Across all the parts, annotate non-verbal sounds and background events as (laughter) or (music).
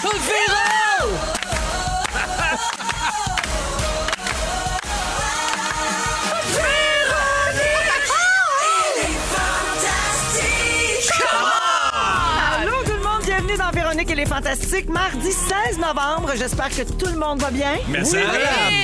Tout oh! Véro! Allô tout le monde, bienvenue dans Véronique et les Fantastiques. Mardi 16 novembre, j'espère que tout le monde va bien. Mais ça va.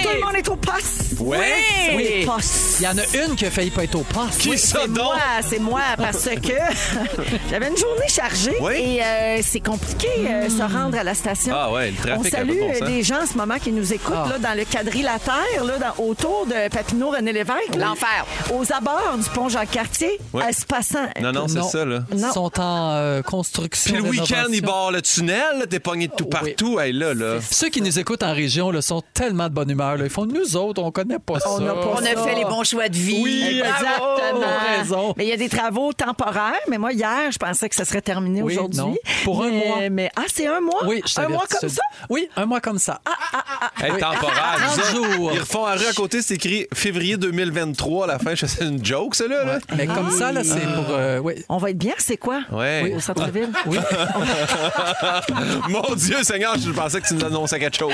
Tout le monde est au poste. Ouais. Oui, Oui. poste. Il y en a une qui a failli pas être au poste. Qui ça C'est donc? moi, c'est moi, parce que (laughs) j'avais une journée chargée Oui. Hmm. et euh, c'est compliqué euh, se rendre à la station. Ah ouais, le trafic, On ça a pas salue de bon euh, sens. Ah. des gens en ce moment qui nous écoutent là, dans le quadrilatère, là, dans- autour de Papineau René Lévesque. L'enfer. Aux abords du pont Jacques-Cartier, Oui. à se passant. Non, non, c'est ça, là. Ils Non. sont en euh, construction. Puis le week-end, rénovation. ils barrent le tunnel, là, t'es pogné de tout Oui. partout. Hey, là, là. Ceux qui nous écoutent en région là, sont tellement de bonne humeur. là. Ils font nous autres, on connaît pas ça. n'a pas Oh. On a fait les bons choix de vie. Oui, Exactement. bravo, raison. Mais il y a des travaux temporaires. Mais moi, hier, je pensais que ça serait terminé Oui, non. aujourd'hui. Pour un Mais- mois. Mais, ah, c'est un mois? Oui, je Un t'avertis, mois comme te ça? dis. Oui, un mois comme ça. Ah, Hey, Oui. temporaire. Trente vous autres. jours. Ils refont un rue à côté, c'est écrit février 2023 à la fin. Je sais, C'est une joke, ça, là. là. Mais comme ça, là, c'est pour. euh, oui. On va être bien, c'est quoi? Ouais. Oui, au centre-ville. Oui. (laughs) Mon Dieu, Seigneur, je pensais que tu nous annonçais quelque chose.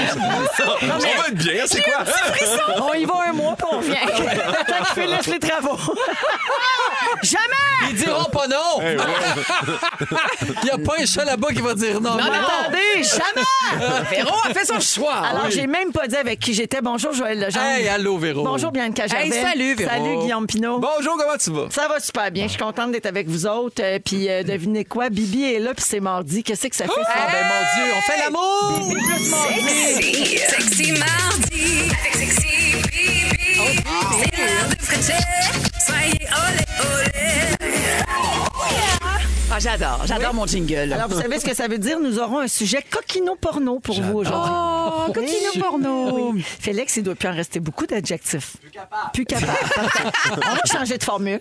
On va être bien, c'est quoi? (laughs) on y va un mois, puis on revient. Tant qu'ils finissent les travaux. (laughs) Jamais! Ils diront pas non! (laughs) Il n'y a pas un chat là-bas qui va dire non. Non, Non. non, Attendez, jamais! (laughs) Véro a fait son choix. Alors, j'ai même pas dit avec qui j'étais. Bonjour, Joël Legendre. Hey, allô, Véro. Bonjour, Bianca Gervais. Hey, salut, Véro. Salut, Guillaume Pinot. Bonjour, comment tu vas? Ça va super bien. Je suis contente d'être avec vous autres. Euh, puis euh, devinez quoi, Bibi est là, puis c'est mardi. Qu'est-ce que ça fait? Ah, ben, mon Dieu, on fait l'amour! Sexy mardi, avec sexy bibi, c'est l'heure de Frencher. Soyez olé olé. Ah, j'adore, j'adore mon jingle. Alors, vous savez ce que ça veut dire? Nous aurons un sujet coquino-porno pour vous aujourd'hui. Oh, Coquino-porno. (laughs) Oui. Félix, il doit plus en rester beaucoup d'adjectifs. Plus capable. Plus capable. Parfait. On va changer de formule.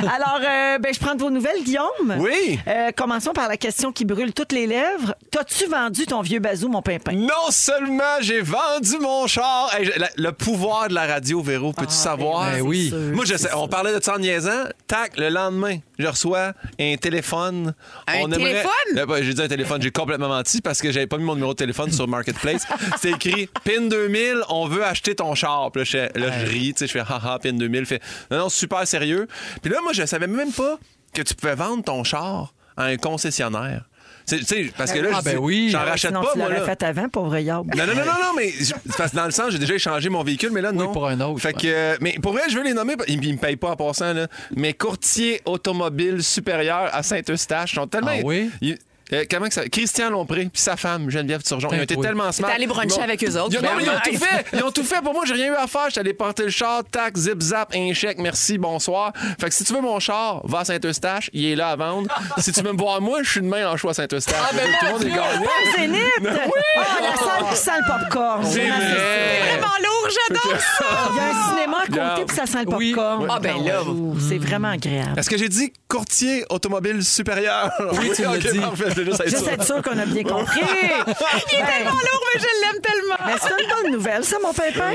Alors, euh, ben, je prends de vos nouvelles, Guillaume. Oui. Euh, commençons par la question qui brûle toutes les lèvres. T'as-tu vendu ton vieux bazou, mon pimpin? Non seulement j'ai vendu mon char, Hey, j'ai- la- le pouvoir de la radio, Véro, peux-tu savoir? ben oui. c'est sûr, Moi, je sais, on parlait de ça en niaisant. Tac, le lendemain, je reçois un téléphone. Un on téléphone? Euh, bah, J'ai dit un téléphone, j'ai complètement menti parce que j'avais pas mis mon numéro de téléphone sur Marketplace. C'était écrit PIN 2000, on veut acheter ton char. Puis là, je, fais- là, je ris, tu sais, je fais haha, PIN 2000. Fait, non, non, super sérieux. Puis là, moi, je savais même pas que tu pouvais vendre ton char à un concessionnaire. C'est- Tu sais, parce que là, Ah, je ben dis, oui. j'en Ah, rachète Sinon, pas, tu moi. l'aurais là. fait avant, pauvre Yob. Non, non, non, non, non, mais je- parce que dans le sens, j'ai déjà échangé mon véhicule, mais là, non. pour un autre, Fait que, euh, mais pour vrai, je veux les nommer. Ils, ils me payent pas en passant, là. Mais courtier automobile supérieur à Saint-Eustache ils sont tellement. Ah oui? ils- euh, comment que ça. Christian Lompré, puis sa femme, Geneviève Turgeon. Ils ont été Tête-toi. tellement smart. allé bruncher Ils m'ont- avec eux autres, Ils ont, non, mais ils ont tout clairement. fait. Ils ont tout fait pour moi. J'ai rien eu à faire. J'étais allé porter le char, tac, zip, zap, un chèque, merci, bonsoir. Fait que si tu veux mon char, va à Saint-Eustache. Il est là à vendre. si tu veux me voir, moi, je suis demain en choix à Saint-Eustache. Ah, ben, tout le monde est gagnant. Zénith! Ah, la salle qui sent le popcorn. C'est vrai. Ah, Vraiment lourd, j'adore ça! Il y a un cinéma à Regarde. côté, puis ça sent le Oui. popcorn. Ah, ben là. Ouh, C'est vraiment agréable. Est-ce que j'ai dit courtier automobile supérieur? Oui, tu l'as ok, dit. parfait, je voulais juste être Juste sûr. être sûr qu'on a bien compris. Il est tellement Lourd, mais je l'aime tellement! Mais c'est une bonne nouvelle, ça, mon pimpin.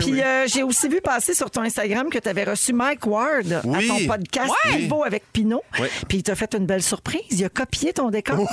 Puis euh, j'ai aussi vu passer sur ton Instagram que tu avais reçu Mike Ward Oui. à ton podcast Ouais. Niveau avec Pinot. Oui. Puis il t'a fait une belle surprise. Il a copié ton décor. Oui,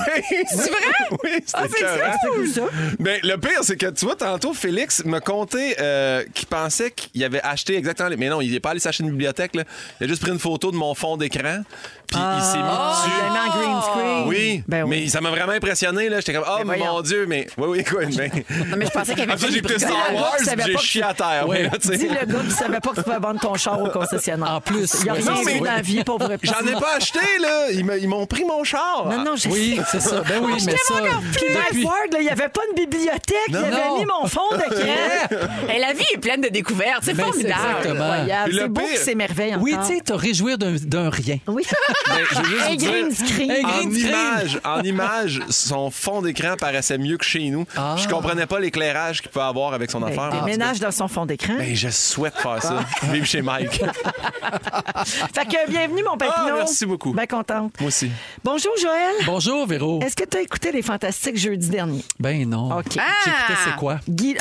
c'est vrai? Oui, c'était Ah, écœurant. Explique-nous ça. Ben, le pire, c'est que tu vois, tantôt, Félix me contait euh, qu'il pensait qu'il avait acheté exactement. les- Mais non, il n'est pas allé s'acheter une bibliothèque. là. Il a juste pris une photo de mon fond d'écran, puis il s'est mis Ah. Il dessus. l'a mis en green screen. Oui, Ben oui. mais ça m'a vraiment impressionné. là. J'étais comme, oh Ben mon voyons. Dieu, mais. Oui, oui, quoi. Mais... Non, mais je pensais qu'il y avait Après ça, fait j'ai des pris Star Le gars Wars, qui savait puis j'ai pas que- chié à terre. Ouais. mais là, tu sais. Dis le gars qui savait pas que tu pouvais vendre ton char au concessionnaire. En plus, il a oui, rien ça, vu oui. dans la vie, pauvre petit. J'en ai pas acheté, là. Ils me- ils m'ont pris mon char. Non, non, je Oui, c'est ça. Ben oui, mais ça. Puis Mike depuis- Ward, là, il n'y avait pas une bibliothèque. Il Non, avait non. mis mon fond d'écran. Et la vie est pleine de découvertes, c'est Mais ben, c'est formidable! exactement. Incroyable. Puis le C'est beau pire- qu'il s'émerveille encore. Oui, tu sais, te réjouir d'un- d'un rien. (laughs) Oui. Ben, Mais je veux juste Un vous dire- green screen. Un en green screen. image, en en image, son fond d'écran paraissait mieux que chez nous. Ah. Je comprenais pas l'éclairage qu'il peut avoir avec son affaire. Il ménage dans son fond d'écran. Ben, je souhaite faire ça. Vive chez Mike. Fait que bienvenue, mon papillon. Ah, merci beaucoup. Bien contente. Moi aussi. Bonjour, Joël. Bonjour, Véro. Est-ce que tu as écouté Les Fantastiques jeudi dernier? Ben non. OK. J'écoutais c'est quoi? (laughs) Guy-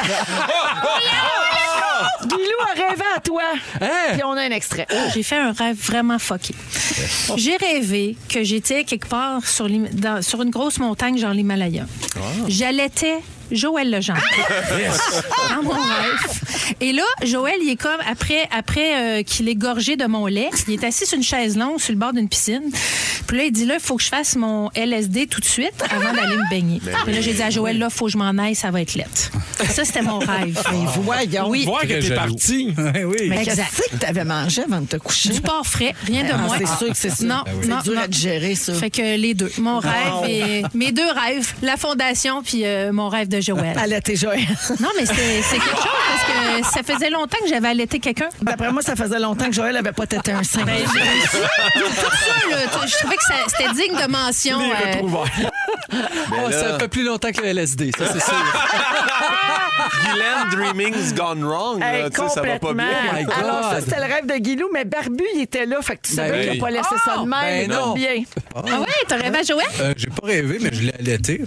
Guilou a rêvé à toi. Hein? Puis on a un extrait. J'ai fait un rêve vraiment fucké. J'ai rêvé que j'étais quelque part sur, l'Him- dans- sur une grosse montagne, genre l'Himalaya. Ah. J'allaitais Joël Legendre. Dans mon rêve. Et là, Joël, il est comme, après, après euh, qu'il ait gorgé de mon lait, il est assis sur une chaise longue sur le bord d'une piscine. Puis là, il dit, là, il faut que je fasse mon LSD tout de suite avant d'aller me baigner. Ben Puis là, j'ai dit à Joël, là, il faut que je m'en aille, ça va être lettre. Ça, c'était mon rêve. Ah. Voyons. Oui. Voir que Très t'es jaloux. (laughs) Ben parti. oui. Mais Exact. qu'est-ce que t'avais mangé avant de te coucher? Du porc frais, rien de Ah, moins. c'est sûr que c'est ça. Non, C'est non, dur non. à digérer, Euh. ça. Fait que les deux. Mon rêve et mes deux rêves, la fondation puis euh, mon rêve de Joël. Allaiter Joël. Non, mais c'est c'est quelque chose parce que ça faisait longtemps que j'avais allaité quelqu'un. D'après moi, ça faisait longtemps que Joël n'avait pas têté un Ben, sein. Tout ça, là, tu- je trouvais que ça- c'était digne de mention. Les euh, retrouvailles. Oh, Ben là- ça fait plus longtemps que le LSD, ça, c'est sûr. Guylaine Dreaming's Gone Wrong. là, Hey, tu sais, ça va pas complètement. bien. (laughs) Oh my Alors, ça, God. c'était le rêve de Guilou, mais Barbu, il était là. Fait que tu savais Ben qu'il oui. n'a pas laissé ça de même. (laughs) ben il dort non. bien. Ah ouais, t'as rêvé à Joël? Euh, j'ai pas rêvé, mais je l'ai (laughs) allaité.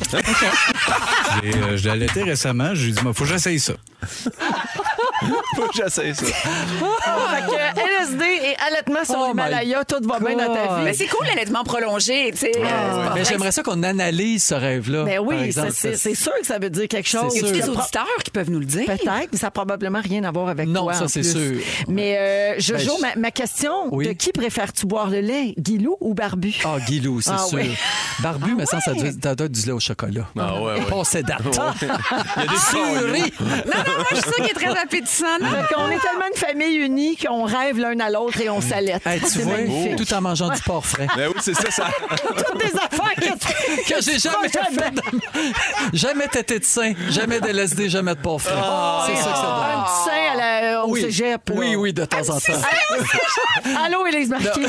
J'ai, euh, je l'ai allaité récemment. J'ai dit, moi, faut que j'essaye ça. Faut que j'essaie ça. Fait que euh, LSD et allaitement sur Oh l'Himalaya, tout va bien dans ta Mais vie. c'est cool, l'allaitement prolongé, tu sais. euh, Mais j'aimerais ça qu'on analyse ce rêve-là. Ben par oui, exemple. c'est- c'est c'est sûr que ça veut dire quelque chose. C'est y a sûr. des auditeurs qui peuvent nous le dire? Peut-être, mais ça n'a probablement rien à voir avec Non, toi. ça, en c'est plus. sûr. Mais euh, Jojo, Ben, ma, ma question, Oui. de qui préfères-tu boire le lait, Guilou ou Barbu? Ah, Guilou, c'est Ah sûr. oui. Barbu, mais ça, ça doit, ça doit être du lait au chocolat. Ah ouais, (laughs) ouais. Passé date. Il y a des Ah, hein. Souris. Non, non, moi, je suis sûre qu'il est très appétissant. non? on est tellement une famille unie qu'on rêve l'un à l'autre et on s'allaite. Hey, tu C'est vois, magnifique. tout en mangeant du porc frais. Ben oui, c'est ça, ça. Toutes des affaires que, Que j'ai jamais fait. Jamais tété de sein, jamais de LSD, jamais de porc frais. c'est ça que ça doit être. Tu sais, à la- Ah. au Oui. cégep. là. Ah, oui, oui, de temps en temps. Allô, Élise Marquis.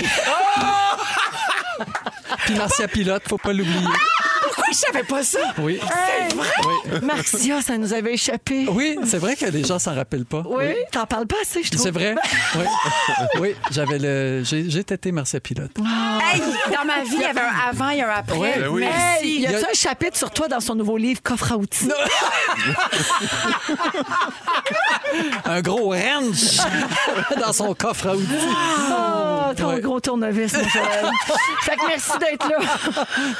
Puis Marcia Pilote, faut pas l'oublier. Ah! Pourquoi je savais pas ça? Oui. C'est vrai? Marcia, ça nous avait échappé. Oui, c'est vrai que les gens s'en rappellent pas. Oui, t'en parles pas assez, je trouve. Ben, C'est vrai. Oui, oui j'avais le. J'ai j'ai tété Marcia Pilote. Hey, dans ma vie, il y avait un avant et un après. Ouais, ben oui. Merci. Hey, y Il y a-tu a- un chapitre sur toi dans son nouveau livre Coffre à outils? Un gros ranch (laughs) dans son coffre à outils. Ah, ton Ouais. gros tournevis, mon Joël. (laughs) fait que merci d'être là.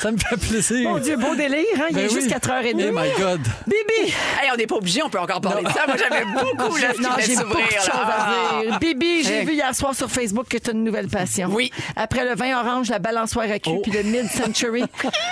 Ça me fait plaisir. Mon Dieu, beau délire, hein? Il Ben est oui. juste 4h30. Oh my God. Bibi! Hey, on n'est pas obligé, on peut encore parler de ça. Moi, j'avais beaucoup là, (laughs) Non, qui j'ai allait beaucoup de s'ouvrir. choses là. Ah. à dire. Bibi, j'ai Hey. vu hier soir sur Facebook que tu as une nouvelle passion. Oui. Après le vin orange, la balançoire à cul Oh. puis le (laughs) mid-century,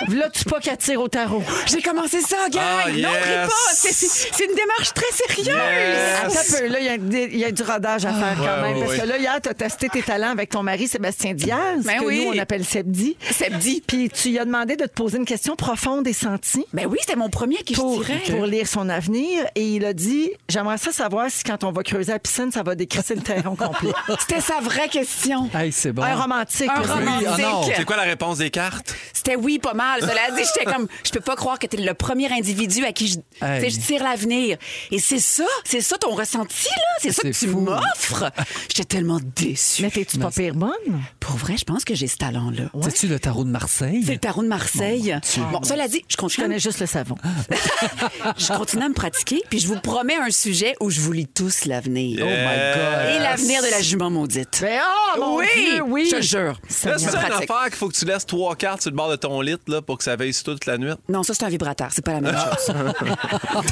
v'là tu pas qu'à tirer au tarot. Ah, J'ai commencé ça, gang. Ah, Non, yes. ris pas. C'est- C'est c'est une démarche très sérieuse. Yes. Attends un peu, là, il y a- il y, a du rodage à faire quand Ah. Ouais, même. ouais, parce ouais. que là, hier, tu as testé tes talents avec ton mari Sébastien Diaz, Ben que oui. nous, on appelle Sebdi. Sebdi. Puis tu lui as demandé de te poser une question profonde et sentie. Ben oui, c'était mon premier qui je pour, dirais. pour lire son avenir et il a dit J'aimerais ça savoir si quand on va creuser la piscine, ça va décrisser le terrain (laughs) complet. C'était sa vraie question. Hey, c'est bon. Un romantique. Un oui. Oui, ah non. romantique. C'est quoi la réponse des cartes? C'était oui, pas mal. Cela dit, j'étais comme, je peux pas croire que t'es le premier individu à qui je, tu sais, je tire l'avenir. Et c'est ça, c'est ça ton ressenti, là. C'est ça que C'est tu fou. m'offres. J'étais tellement déçue. Mais t'es-tu pas pire bonne? Pour vrai, je pense que j'ai ce talent-là. C'est-tu le tarot de Marseille? C'est le tarot de Marseille. Bon, cela dit, je Je continue, à me- connais juste le savon. Ah. je continue à me pratiquer, puis je vous promets un sujet où je vous lis tous l'avenir. Oh my God. Et l'avenir de la jument maudite. Mais oh, mon oui, Dieu, oui. je te jure. Là, Je c'est me ça une pratique. affaire qu'il faut que tu laisses trois cartes sur le bord de ton lit là, pour que ça veille sur toi toute la nuit. Non, ça, c'est un vibrateur. C'est pas la même chose.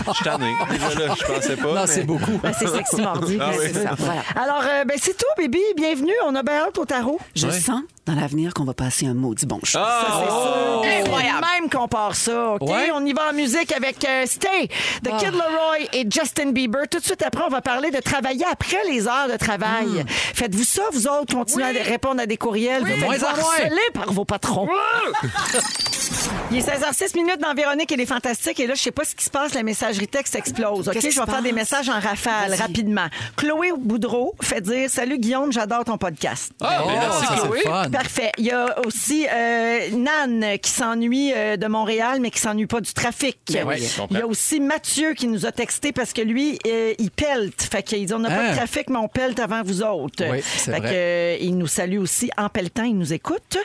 Je suis tanné. Déjà, là, Je pensais pas. Non, mais- c'est beaucoup. Ben, c'est sexy mardi. Ah oui. (laughs) C'est ça, voilà. Alors, euh, ben, c'est tout, bébé. Bienvenue. On a bien hâte au tarot. Je Ouais. sens dans l'avenir qu'on va passer un maudit bon choix. Ah, Incroyable. Oh. Même qu'on part ça, OK? Ouais. On y va en musique avec euh, Stay de Kid Leroy et Justin Bieber. Tout de suite après, on va parler de travailler après les heures de travail. Faites-vous ça, vous autres, continuez à répondre à des courriels. Vous moins Faites-vous en moins. harceler par vos patrons. (laughs) Il est 16h06 minutes dans Véronique et les Fantastiques. Et là, je sais pas ce qui se passe. La messagerie texte explose. OK, Qu'est-ce je vais qui se faire des passe? messages en rafale rapidement. Chloé Boudreau fait dire Salut Guillaume, j'adore ton podcast. Ah, mais Oh, merci, ça, c'est Chloé. le fun. Puis Parfait. Il y a aussi euh, Nan qui s'ennuie euh, de Montréal, mais qui s'ennuie pas du trafic. Ben oui, je comprends. Il y a aussi Mathieu qui nous a texté parce que lui, euh, il pelte. Fait qu'il dit on n'a pas Ah. de trafic, mais on pelte avant vous autres. Oui, c'est fait que, vrai. euh, il nous salue aussi en pelletant, il nous écoute.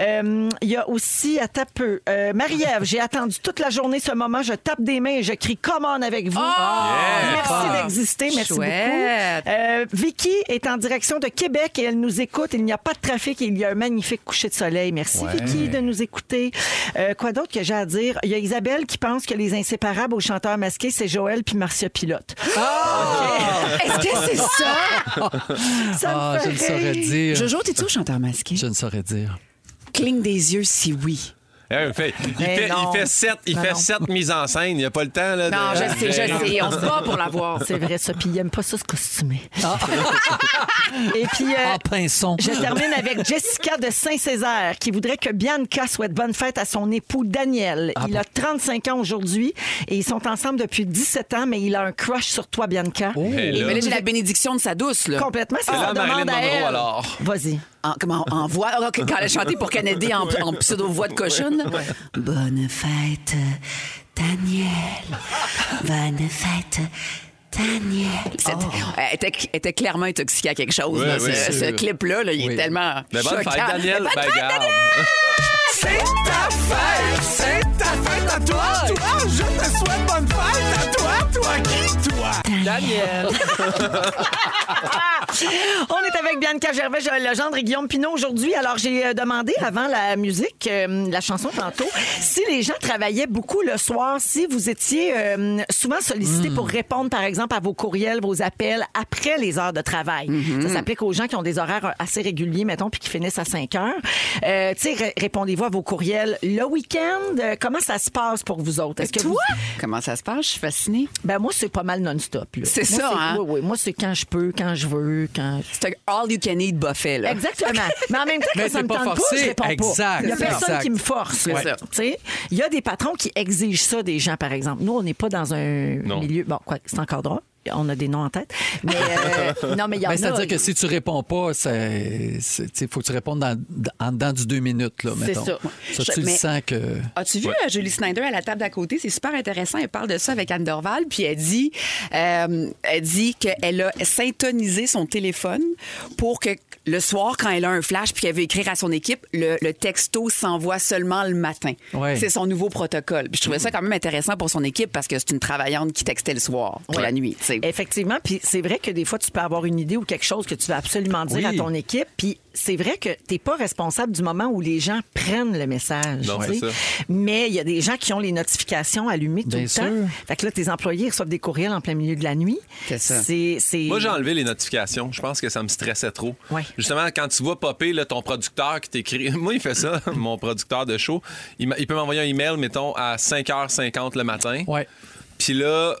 Euh, il y a aussi, à peu, euh, Marie-Ève, j'ai attendu toute la journée ce moment, je tape des mains et je crie Come on avec vous. Ah! Ah! Merci Yeah. d'exister, merci Chouette. beaucoup. Euh, Vicky est en direction de Québec et elle nous écoute. Il n'y a pas de trafic et il y a un magnifique coucher de soleil. Merci Vicky de nous écouter. Euh, quoi d'autre que j'ai à dire? Il y a Isabelle qui pense que les inséparables aux chanteurs masqués, c'est Joël puis Marcia Pilote. Est-ce que c'est ça? (laughs) Ça me Ah, fait je ne saurais rire. dire. Jojo, t'es-tu au chanteur masqué? Je ne saurais dire. Cligne des yeux si oui. Eh, il fait, il Mais fait, non. il fait sept, il Non, fait non. sept mises en scène. Il n'y a pas le temps. Là, Non, de- je sais, je de- sais. On se bat pour l'avoir. C'est vrai, ça. Puis il aime pas ça se costumer. (laughs) Et puis. euh, Ah, pinson. Je termine avec Jessica de Saint-Césaire qui voudrait que Bianca souhaite bonne fête à son époux Daniel. Ah il a 35 ans aujourd'hui et ils sont ensemble depuis 17 ans, mais il a un crush sur toi, Bianca. Eh, là. Mais là, j'ai la bénédiction de sa douce, là. Complètement, ça, C'est ça là demande Marilyn à elle. Monroe, alors. Vas-y. En, comment, en voix. ah, ok, quand elle a chanté pour Kennedy en, en pseudo-voix de cochonne. là. Bonne fête, Daniel. Bonne fête. Daniel. C'était- Elle, était, elle était clairement intoxiquée à quelque chose. Oui, là, oui, ce Ah. c'est ce sûr. clip-là, là, il est Oui. tellement. Mais bonne choquant. fête, Daniel. Mais bonne Ben, fête, garde. Daniel! C'est ta fête, c'est ta fête à toi, toi. Je te souhaite bonne fête à toi, toi qui, toi. Daniel. (laughs) On est avec Bianca Gervais, Joël Legendre et Guillaume Pinot aujourd'hui. Alors, j'ai euh, demandé avant la musique, euh, la chanson tantôt, si les gens travaillaient beaucoup le soir, si vous étiez euh, souvent sollicité pour Hmm. répondre, par exemple, à vos courriels, vos appels après les heures de travail. Hmm. Ça s'applique aux gens qui ont des horaires euh, assez réguliers, mettons, puis qui finissent à 5 heures. Euh, tu sais, ré- répondez-vous à vos courriels le week-end. Euh, comment ça se passe pour vous autres? Est-ce que vous- Toi? Comment ça se passe? Je suis fascinée. ben moi, c'est pas mal non-stop. là. C'est Moi, ça, hein? Oui, oui. Moi, c'est quand je peux, quand je veux, quand... C'est un all-you-can-eat buffet, là. Exactement. Mais en même temps, Mais quand ça t'es me pas tente pas, forcé. je réponds pas. Exact. Il y a C'est personne ça. qui me force. C'est là. ça. Tu sais, Il y a des patrons qui exigent ça des gens, par exemple. Nous, on n'est pas dans un Non. milieu... Bon, quoi, c'est encore drôle. On a des noms en tête. Mais (laughs) euh, non, mais il y en Ben, a... C'est-à-dire que si tu réponds pas, il faut que tu répondes dans, dans, dans du deux minutes, là, C'est mettons. ça. tu Je- le mais- sens que... As-tu vu euh, Julie Snyder à la table d'à côté? C'est super intéressant. Elle parle de ça avec Anne Dorval. Puis elle dit, euh, elle dit qu'elle a syntonisé son téléphone pour que le soir, quand elle a un flash puis qu'elle veut écrire à son équipe, le, le texto s'envoie seulement le matin. Ouais. C'est son nouveau protocole. Puis je trouvais ça quand même intéressant pour son équipe parce que c'est une travaillante qui textait le soir pour la nuit. tu sais. Effectivement, puis c'est vrai que des fois, tu peux avoir une idée ou quelque chose que tu vas absolument dire Oui. à ton équipe, puis c'est vrai que t'es pas responsable du moment où les gens prennent le message. Non, tu sais. c'est ça. Mais il y a des gens qui ont les notifications allumées tout Bien le sûr. temps. Fait que là, tes employés reçoivent des courriels en plein milieu de la nuit. C'est ça. C'est, c'est- Moi, j'ai enlevé les notifications. Je pense que ça me stressait trop. Ouais. Justement, quand tu vois popper là, ton producteur qui t'écrit. (laughs) Moi, il fait ça, mon producteur de show. Il, m'a- il peut m'envoyer un email, mettons, à 5h50 le matin. Ouais. Puis là.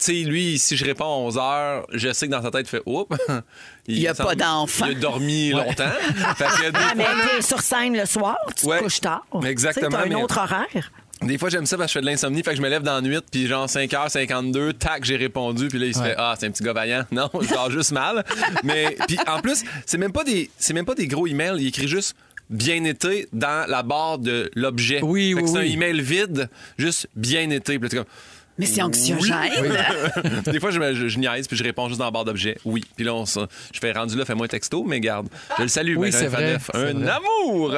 Tu sais, lui, si je réponds à 11h, je sais que dans sa tête, il fait Oups! (laughs) Il y a semble- pas d'enfant. Il a dormi longtemps. Fait que des Ah, mais fois, t'es sur scène le soir, tu Ouais. te couches tard. Exactement, Tu sais, t'as un mais- autre horaire. Des fois, j'aime ça parce que je fais de l'insomnie. Fait que je me lève dans la nuit, puis genre 5h52, tac, j'ai répondu. Puis là, il se fait Ah, c'est un petit gars vaillant. (laughs) Non, je dors juste mal. Mais puis en plus, c'est même pas des c'est même pas des gros emails. Il écrit juste bien été dans la barre de l'objet. Oui, Fait que oui, C'est un oui. email vide, juste bien été. Puis là, t'es comme, Mais c'est anxiogène. (laughs) des fois, je, me- je, je niaise, puis je réponds juste dans la barre d'objet. Oui. Puis là, on se- je fais rendu là, fais-moi un texto, mais garde. Je le salue, Oui, Benjamin c'est vrai, Faneuf. c'est Un vrai. (laughs) amour!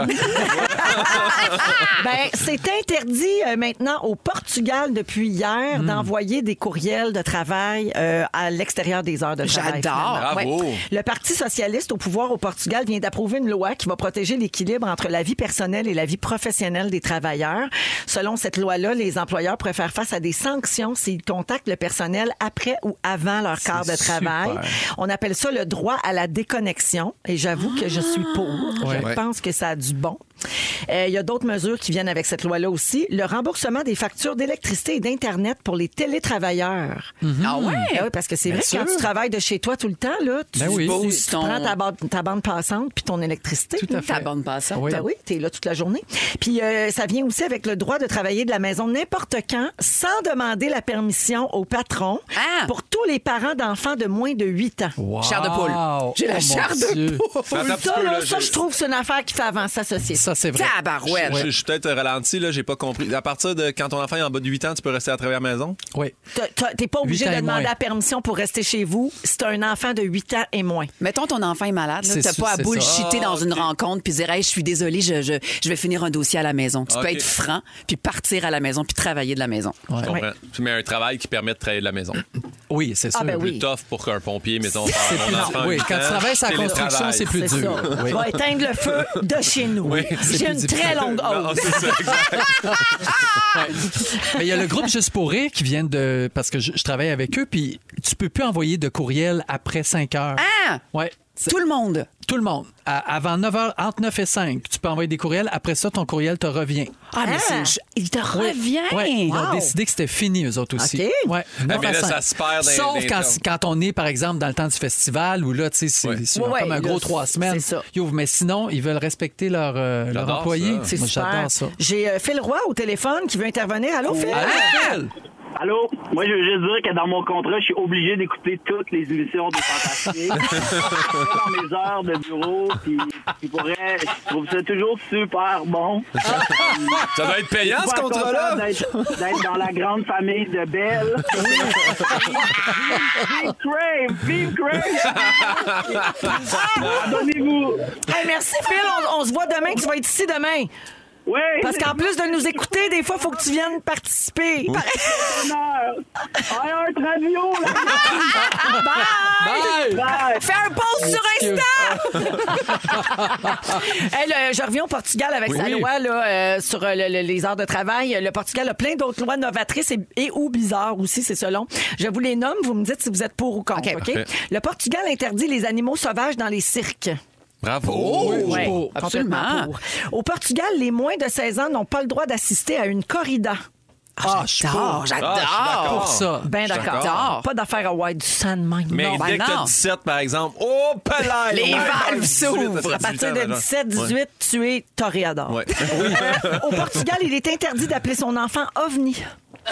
Ben, c'est interdit euh, maintenant au Portugal depuis Hmm. hier d'envoyer des courriels de travail euh, à l'extérieur des heures de travail. J'adore. finalement. Bravo. Le Parti socialiste au pouvoir au Portugal vient d'approuver une loi qui va protéger l'équilibre entre la vie personnelle et la vie professionnelle des travailleurs. Selon cette loi-là, les employeurs pourraient faire face à des sanctions s'ils contactent le personnel après ou avant leur quart de travail. On appelle ça le droit à la déconnexion. Et j'avoue que je suis pour. Je Ouais. pense que ça a du bon. Euh, Il y a d'autres mesures qui viennent avec cette loi-là aussi. Le remboursement des factures d'électricité et d'Internet pour les télétravailleurs. Ah ouais? Ah oui, parce que c'est vrai, que quand sûr. tu travailles de chez toi tout le temps, là, tu, Ben oui. tu- Poses tu ton- prends ta bande, ta bande passante puis ton électricité. Tout à fait. Ta bande passante. Oui. Ben oui, t'es là toute la journée. Puis euh, ça vient aussi avec le droit de travailler de la maison n'importe quand, sans demander demander la permission au patron Ah! pour tous les parents d'enfants de moins de 8 ans. Wow. Oh, Chair de poule. J'ai la mon chair de Dieu. Attends un petit Ça, peu, là, là, ça, j'ai- je trouve, c'est une affaire qui fait avancer la société. Ça, c'est vrai. Tabarouette. Je, je suis peut-être ralenti, là, j'ai pas compris. À partir de quand ton enfant est en bas de 8 ans, tu peux rester à travers la maison? Oui. T'as- t'as- T'es pas obligé Huit ans de et demander moins. la permission pour rester chez vous. C'est un enfant de 8 ans et moins. Mettons ton enfant est malade, là, C'est t'as sûr, pas à c'est bullshiter dans une rencontre puis dire hey, je suis désolé, je, je, je vais finir un dossier à la maison. Tu Ok. peux être franc puis partir à la maison puis travailler de la maison. Je comprends. Tu mets un travail qui permet de travailler de la maison. Oui, c'est sûr. ben oui. Plus tough pour qu'un pompier, mettons, parle à plus- mon enfant. oui, huit quand tu ans, travailles sur la télétravail. construction, c'est plus C'est ça. dur. Oui. Je vais éteindre le feu de chez nous. c'est J'ai plus une difficile. très longue Non, hausse. c'est ça, exact. Mais il y a le groupe Juste pour rire qui vient de. Parce que je, je travaille avec eux, puis tu peux plus envoyer de courriel après 5 heures. Ah! Ouais. C'est- Tout le monde. Tout le monde. À- avant 9 h, entre 9 et 5, tu peux envoyer des courriels. Après ça, ton courriel te revient. Ah, mais Ah! c'est. Il te revient. Ouais, Ils ont Wow. décidé que c'était fini, eux autres aussi. OK. Ouais, Ah, 9 mais à là, 5. ça se perd dans- Sauf dans quand, les quand on est, par exemple, dans le temps du festival, où là, tu sais, c'est Ouais. c'est Ouais, comme un là, gros trois c'est semaines. ça. Ils ouvrent, mais sinon, ils veulent respecter leur, euh, leur J'adore employé. ça. C'est Moi, super. J'adore ça. J'ai euh, Phil Roy au téléphone qui veut intervenir. Allô, Phil? Allez, Allô? Moi, je veux juste dire que dans mon contrat, je suis obligé d'écouter toutes les émissions des Fantastiques. dans mes heures de bureau, puis, puis pour vrai, je trouve ça toujours super bon. Ça doit être payant, ce Super contrat-là. content d'être- D'être dans la grande famille de Belle. Vive Crave! Vive Crave! Ah, Abonnez-vous! Hey, merci, Phil. On, on se voit demain. Tu vas être ici demain. Oui! Parce qu'en plus de nous écouter, des fois, il faut que tu viennes participer. iHeart Radio! là. (laughs) Bye! Bye! Fais un post sur Excuse. Insta! Ah. Hey, le- je reviens au Portugal avec sa loi là, euh, sur euh, le- le- les heures de travail. Le Portugal a plein d'autres lois novatrices et, et ou bizarres aussi, c'est selon. Je vous les nomme, vous me dites si vous êtes pour ou contre. OK. OK? Parfait. Le Portugal interdit les animaux sauvages dans les cirques. Oh, Bravo. Oh, Ouais, pour. complètement Absolument. pour. Au Portugal, les moins de 16 ans n'ont pas le droit d'assister à une corrida. Ah, je suis J'adore, Ah, j'adore. pour ça. Ben Je suis d'accord. d'accord. Pas d'affaire à White du sang de même. Mais Non, ben dès que t'as non. 17, par exemple, oh, pelaille! Les Ouais, valves 18, s'ouvrent. ça À fait partir 18 ans, de là. 17, 18, tu es toréador. Ouais. Euh, (laughs) au Portugal, il est interdit d'appeler son enfant ovni.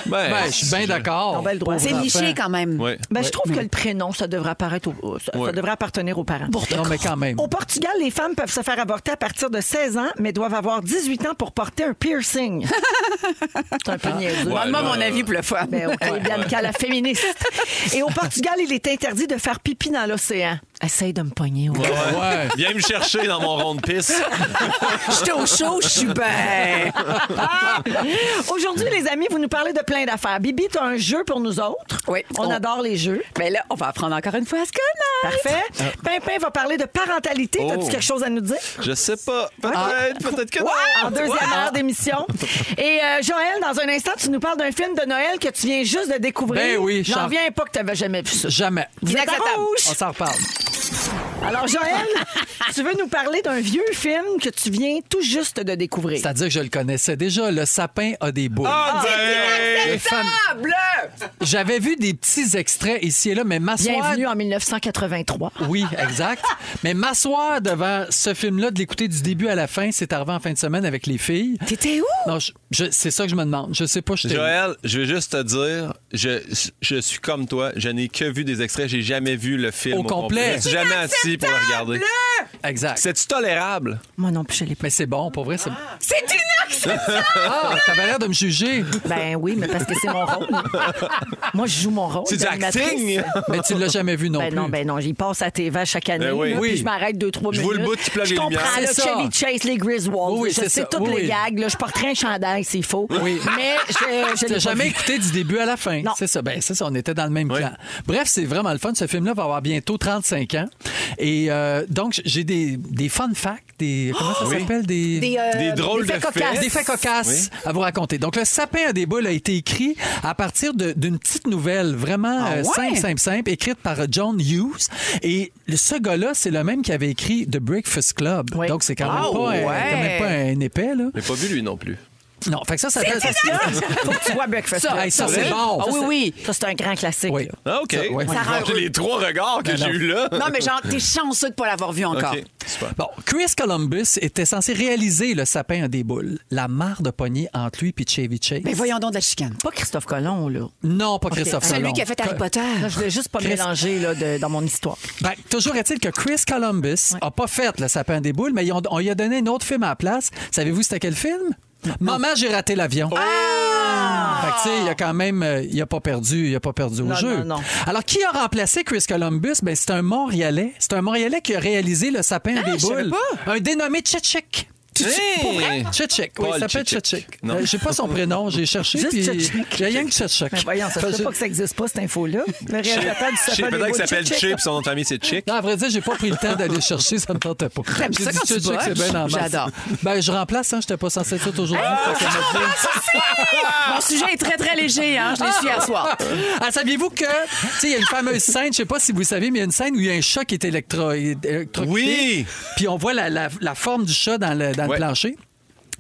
Ben, Ben, je suis bien On d'accord. va le droit. C'est Pauvre niché quand même. Ouais. Mm. Ben, je trouve que le prénom, ça devrait apparaître au- ça, ça Ouais. devrait appartenir aux parents. Non, mais quand même. Au Portugal, les femmes peuvent se faire avorter à partir de 16 ans, mais doivent avoir 18 ans pour porter un (laughs) piercing. C'est un peu niaiseux. Ouais, Demande-moi là, mon avis pour le fun. Ben, OK, Bianca, la féministe. Et au Portugal, il est interdit de faire pipi dans l'océan. Essaye de me pogner. (laughs) ouais. Ouais. Viens me chercher dans mon rond de piste. (laughs) J'étais au chaud, je suis bien. Ah! Aujourd'hui, les amis, vous nous parlez de plein d'affaires. Bibi, tu as un jeu pour nous autres. Oui. On, Oh. On- adore les jeux. Mais Ben là, on va apprendre encore une fois à se connaître. Parfait. Ah. Pimpin va parler de parentalité. Oh. As-tu quelque chose à nous dire? Je sais pas. Peut-être, peut-être que non. En deuxième heure d'émission. Et euh, Joël, dans un instant, tu nous parles d'un film de Noël que tu viens juste de découvrir. Ben oui, J'en Charles. reviens pas que tu n'avais jamais vu ça. Jamais. Vous êtes à Inacceptable. On rouge. s'en reparle. Alors, (laughs) Joël, tu veux nous parler d'un vieux film que tu viens tout juste de découvrir. C'est-à-dire que je le connaissais déjà. Le sapin a des boules. Ah, ben, Les femmes- J'avais vu des petits extraits ici et là, mais m'asseoir Bienvenue en 1983. Oui, exact. Mais m'asseoir devant ce film-là, de l'écouter du début à la fin, c'est arrivé en fin de semaine avec les filles. T'étais où? Non, je- je- c'est ça que je me demande. Je sais pas, je t'ai- Joël, je veux juste te dire, je, je suis comme toi, je n'ai que vu des extraits, j'ai jamais vu le film Au au, complet. complet. Je suis jamais assis pour le regarder. Exact. C'est-tu tolérable? Moi non plus, je l'ai pas. Mais c'est bon, pour vrai, c'est. C'est inacceptable! Ah, t'avais l'air de me juger. Ben oui, mais parce que c'est mon rôle. Moi, je joue mon rôle. C'est du d'animatrice. acting! Mais tu l'as jamais vu non Ben plus. non, ben non, j'y passe à TV chaque année. Ben oui. là, Oui. Puis je m'arrête deux, trois Je minutes. vois le bout qui plug Je les comprends, lumières. là, C'est ça. Chevy Chase, les Griswolds. Oui, oui, je c'est sais ça. toutes Oui, les oui. gags. Là, je porterai un chandail, c'est faux. Oui. Mais (laughs) je, je Tu l'ai l'as Euh, jamais jamais. écouté du début à la fin. Non. C'est ça. Ben, c'est ça, on était dans le même Oui. plan. Bref, c'est vraiment le fun. Ce film-là va avoir bientôt 35 ans. Et euh, donc, j'ai des, des fun facts, des. Comment Oh, ça s'appelle? Des. Des drôles de faits. Des faits cocasses à vous raconter. Donc, le sapin à des boules a été écrit à partir de- d'une petite nouvelle vraiment Ah euh, ouais? simple, simple, simple, écrite par John Hughes. Et le- ce gars-là, c'est le même qui avait écrit The Breakfast Club. Oui. Donc, c'est quand, Ah même pas un- ouais. quand même pas un épais, là. J'ai pas vu lui non plus. Non, fait que ça, ça C'est fait- dégueulasse! Faut que tu vois Breakfast Ça, Club. hey, ça, c'est bon. Ça, Ah oui, c'est- Ça, c'est un grand classique. (laughs) Oui. Ah, OK. Ça, ouais. Vous Ça rend mangez heureux. les trois regards que Ben j'ai non. eus là. Non, mais genre, t'es chanceux de pas l'avoir vu encore. OK, super. Bon, Chris Columbus était censé réaliser le sapin à des boules, la mare de poignée entre lui et Chevy Chase. Mais Ben, voyons donc de la chicane. Pas Christophe Colomb, là. Ah, Non, pas Christophe Celui Colomb. qui a fait Harry Potter. Là, je voulais juste pas Chris- mélanger là, de- dans mon histoire. Ben, toujours est-il que Chris Columbus a pas fait le sapin des boules, mais ils ont- on lui a donné un autre film à la place. Savez-vous c'était quel film? Maman, j'ai raté l'avion. Fait que, tu sais, il a quand même, euh, il a pas perdu, il a pas perdu au Ah! Non, jeu. non, non. Alors, qui a remplacé Chris Columbus? Ben, c'est un Montréalais. C'est un Montréalais qui a réalisé le sapin Ah, des je savais boules. Un dénommé Tchetchik. Hey! Pour vrai? Tchetchik. Oui, Paul il s'appelle Tchetchik. Tchetchik. Non. Euh, J'ai pas son prénom, j'ai cherché. Juste puis Tchetchik. J'ai rien que Tchetchik. Mais voyons, ça Fait ne que- pas que ça n'existe pas, cette info-là. Le réalisateur du Chip, sapin des Peut-être qu'il boules, s'appelle check, check. Chip, son nom de famille c'est Chick. Non, à vrai dire, j'ai pas pris le temps d'aller chercher, ça me tentait pas. T'aimes J'ai ça dit quand tu tchou-tchou que c'est botches? bien en masse. J'adore. Ben, je remplace, hein, j'étais pas censé être tout aujourd'hui. fait que maintenant- Mon sujet est très, très léger, hein. Je l'ai su hier soir. (laughs) (coughs) Ah, saviez-vous que, tu sais, il y a une fameuse scène, je sais pas si vous savez, mais il y a une scène où il y a un chat qui est électro électrocuté. Oui! Puis on voit la, la- la forme du chat dans le, dans le Ouais. plancher.